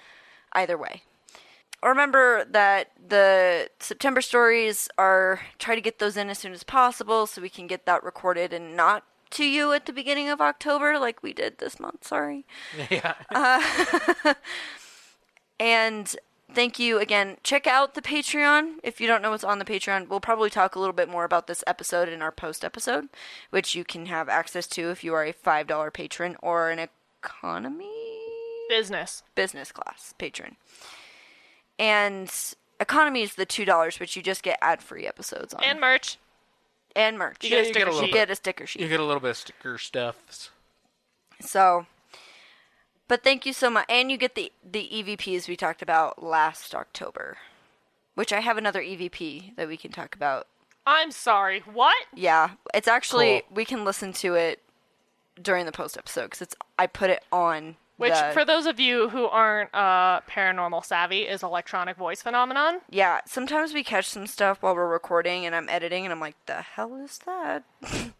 either way. Remember that the September stories are try to get those in as soon as possible so we can get that recorded and not to you at the beginning of October like we did this month. Sorry. Uh,
Yeah.
[laughs] And thank you again. Check out the Patreon. If you don't know what's on the Patreon, we'll probably talk a little bit more about this episode in our post episode, which you can have access to if you are a $5 patron or an economy
business.
business class patron. And economy is the $2, which you just get ad free episodes on.
And merch.
and merch.
You get a
you get a
sticker
little
sheet.
bit.
Get a sticker sheet.
you get a little bit of sticker stuff.
So, but thank you so much, and you get the the EVPs we talked about last October, which I have another EVP that we can talk about.
I'm sorry. What?
Yeah, it's actually
Cool.
we can listen to it during the post episode because it's I put it on
Which,
the-
for those of you who aren't uh, paranormal savvy, is electronic voice phenomenon.
yeah. Sometimes we catch some stuff while we're recording and I'm editing, and I'm like, the hell is that? [laughs]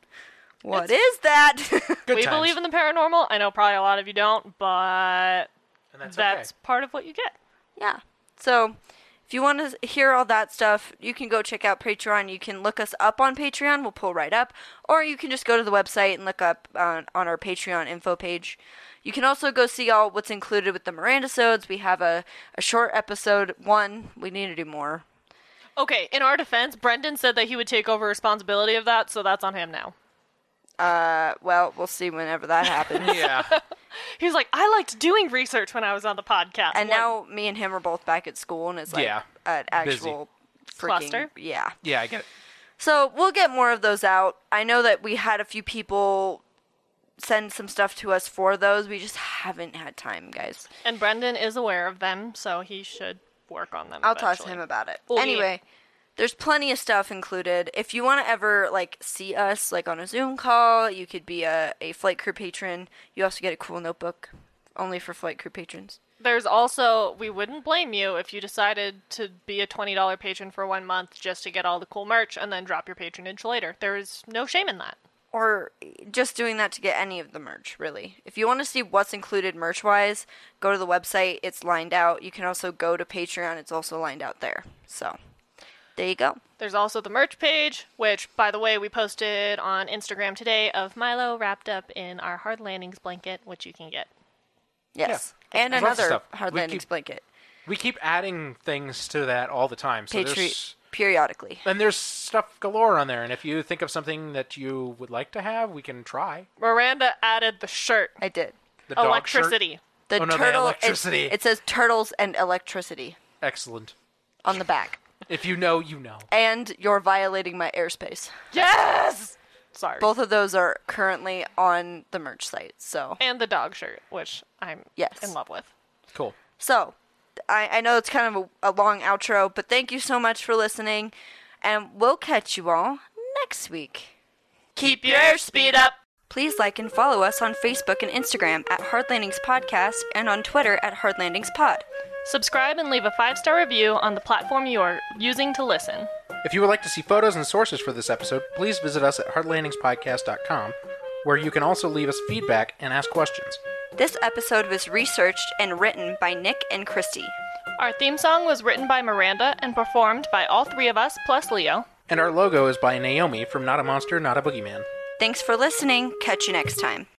What is that? [laughs]
Good
we
times.
believe in the paranormal. I know probably a lot of you don't, but
and that's,
that's
okay.
part of what you get.
Yeah. So if you want to hear all that stuff, you can go check out Patreon. You can look us up on Patreon. We'll pull right up. Or you can just go to the website and look up on, on our Patreon info page. You can also go see all what's included with the Mirandasodes. We have a, a short episode one. We need to do more.
Okay, in our defense, Brendan said that he would take over responsibility of that, so that's on him now.
Uh, well, we'll see whenever that happens.
[laughs]
Yeah.
He's like, I liked doing research when I was on the podcast.
and
Like,
now me and him are both back at school, and it's like
Yeah.
an
Busy.
actual freaking
Cluster?
Yeah.
Yeah, I get it.
So we'll get more of those out. I know that we had a few people send some stuff to us for those. We just haven't had time, guys.
and Brendan is aware of them, so he should work on them.
I'll talk to
eventually.
him about it.
Well, we-
anyway, there's plenty of stuff included. If you want to ever like see us like on a Zoom call, you could be a, a flight crew patron. You also get a cool notebook only for flight crew patrons.
There's also we wouldn't blame you if you decided to be a twenty dollar patron for one month just to get all the cool merch and then drop your patronage later. There is no shame in that.
or eh, just doing that to get any of the merch, really. If you want to see what's included merch wise, go to the website, it's lined out. You can also go to Patreon, it's also lined out there. So, There you go.
There's also the merch page, which, by the way, we posted on Instagram today of Milo wrapped up in our Hard Landings blanket, which you can get.
Yes. And
Lots of
another
stuff.
hard
We
landings
keep-
blanket.
We keep adding things to that all the time. So
Patriot
there's
periodically.
and there's stuff galore on there. And if you think of something that you would like to have, we can try.
Miranda added the shirt,
I did.
The dog shirt.
electricity.
The
Oh, no, the
turtle it-
electricity.
It, says turtles and electricity
Excellent.
on the back.
If you know, you know.
And you're violating my airspace.
Yes! Sorry.
Both of those are currently on the merch site. So
And the dog shirt, which I'm
Yes.
in love with.
Cool.
So, I, I know it's kind of a, a long outro, but thank you so much for listening, and we'll catch you all next week.
Keep your speed up.
Please like and follow us on Facebook and Instagram at Hard Landings Podcast and on Twitter at Hard Landings Pod.
Subscribe and leave a five star review on the platform you are using to listen.
If you would like to see photos and sources for this episode, please visit us at hardlandingspodcast.com, where you can also leave us feedback and ask questions.
This episode was researched and written by Nick and Christy.
Our theme song was written by Miranda and performed by all three of us plus Leo.
And our logo is by Naomi from Not a Monster, Not a Boogeyman.
Thanks for listening. Catch you next time.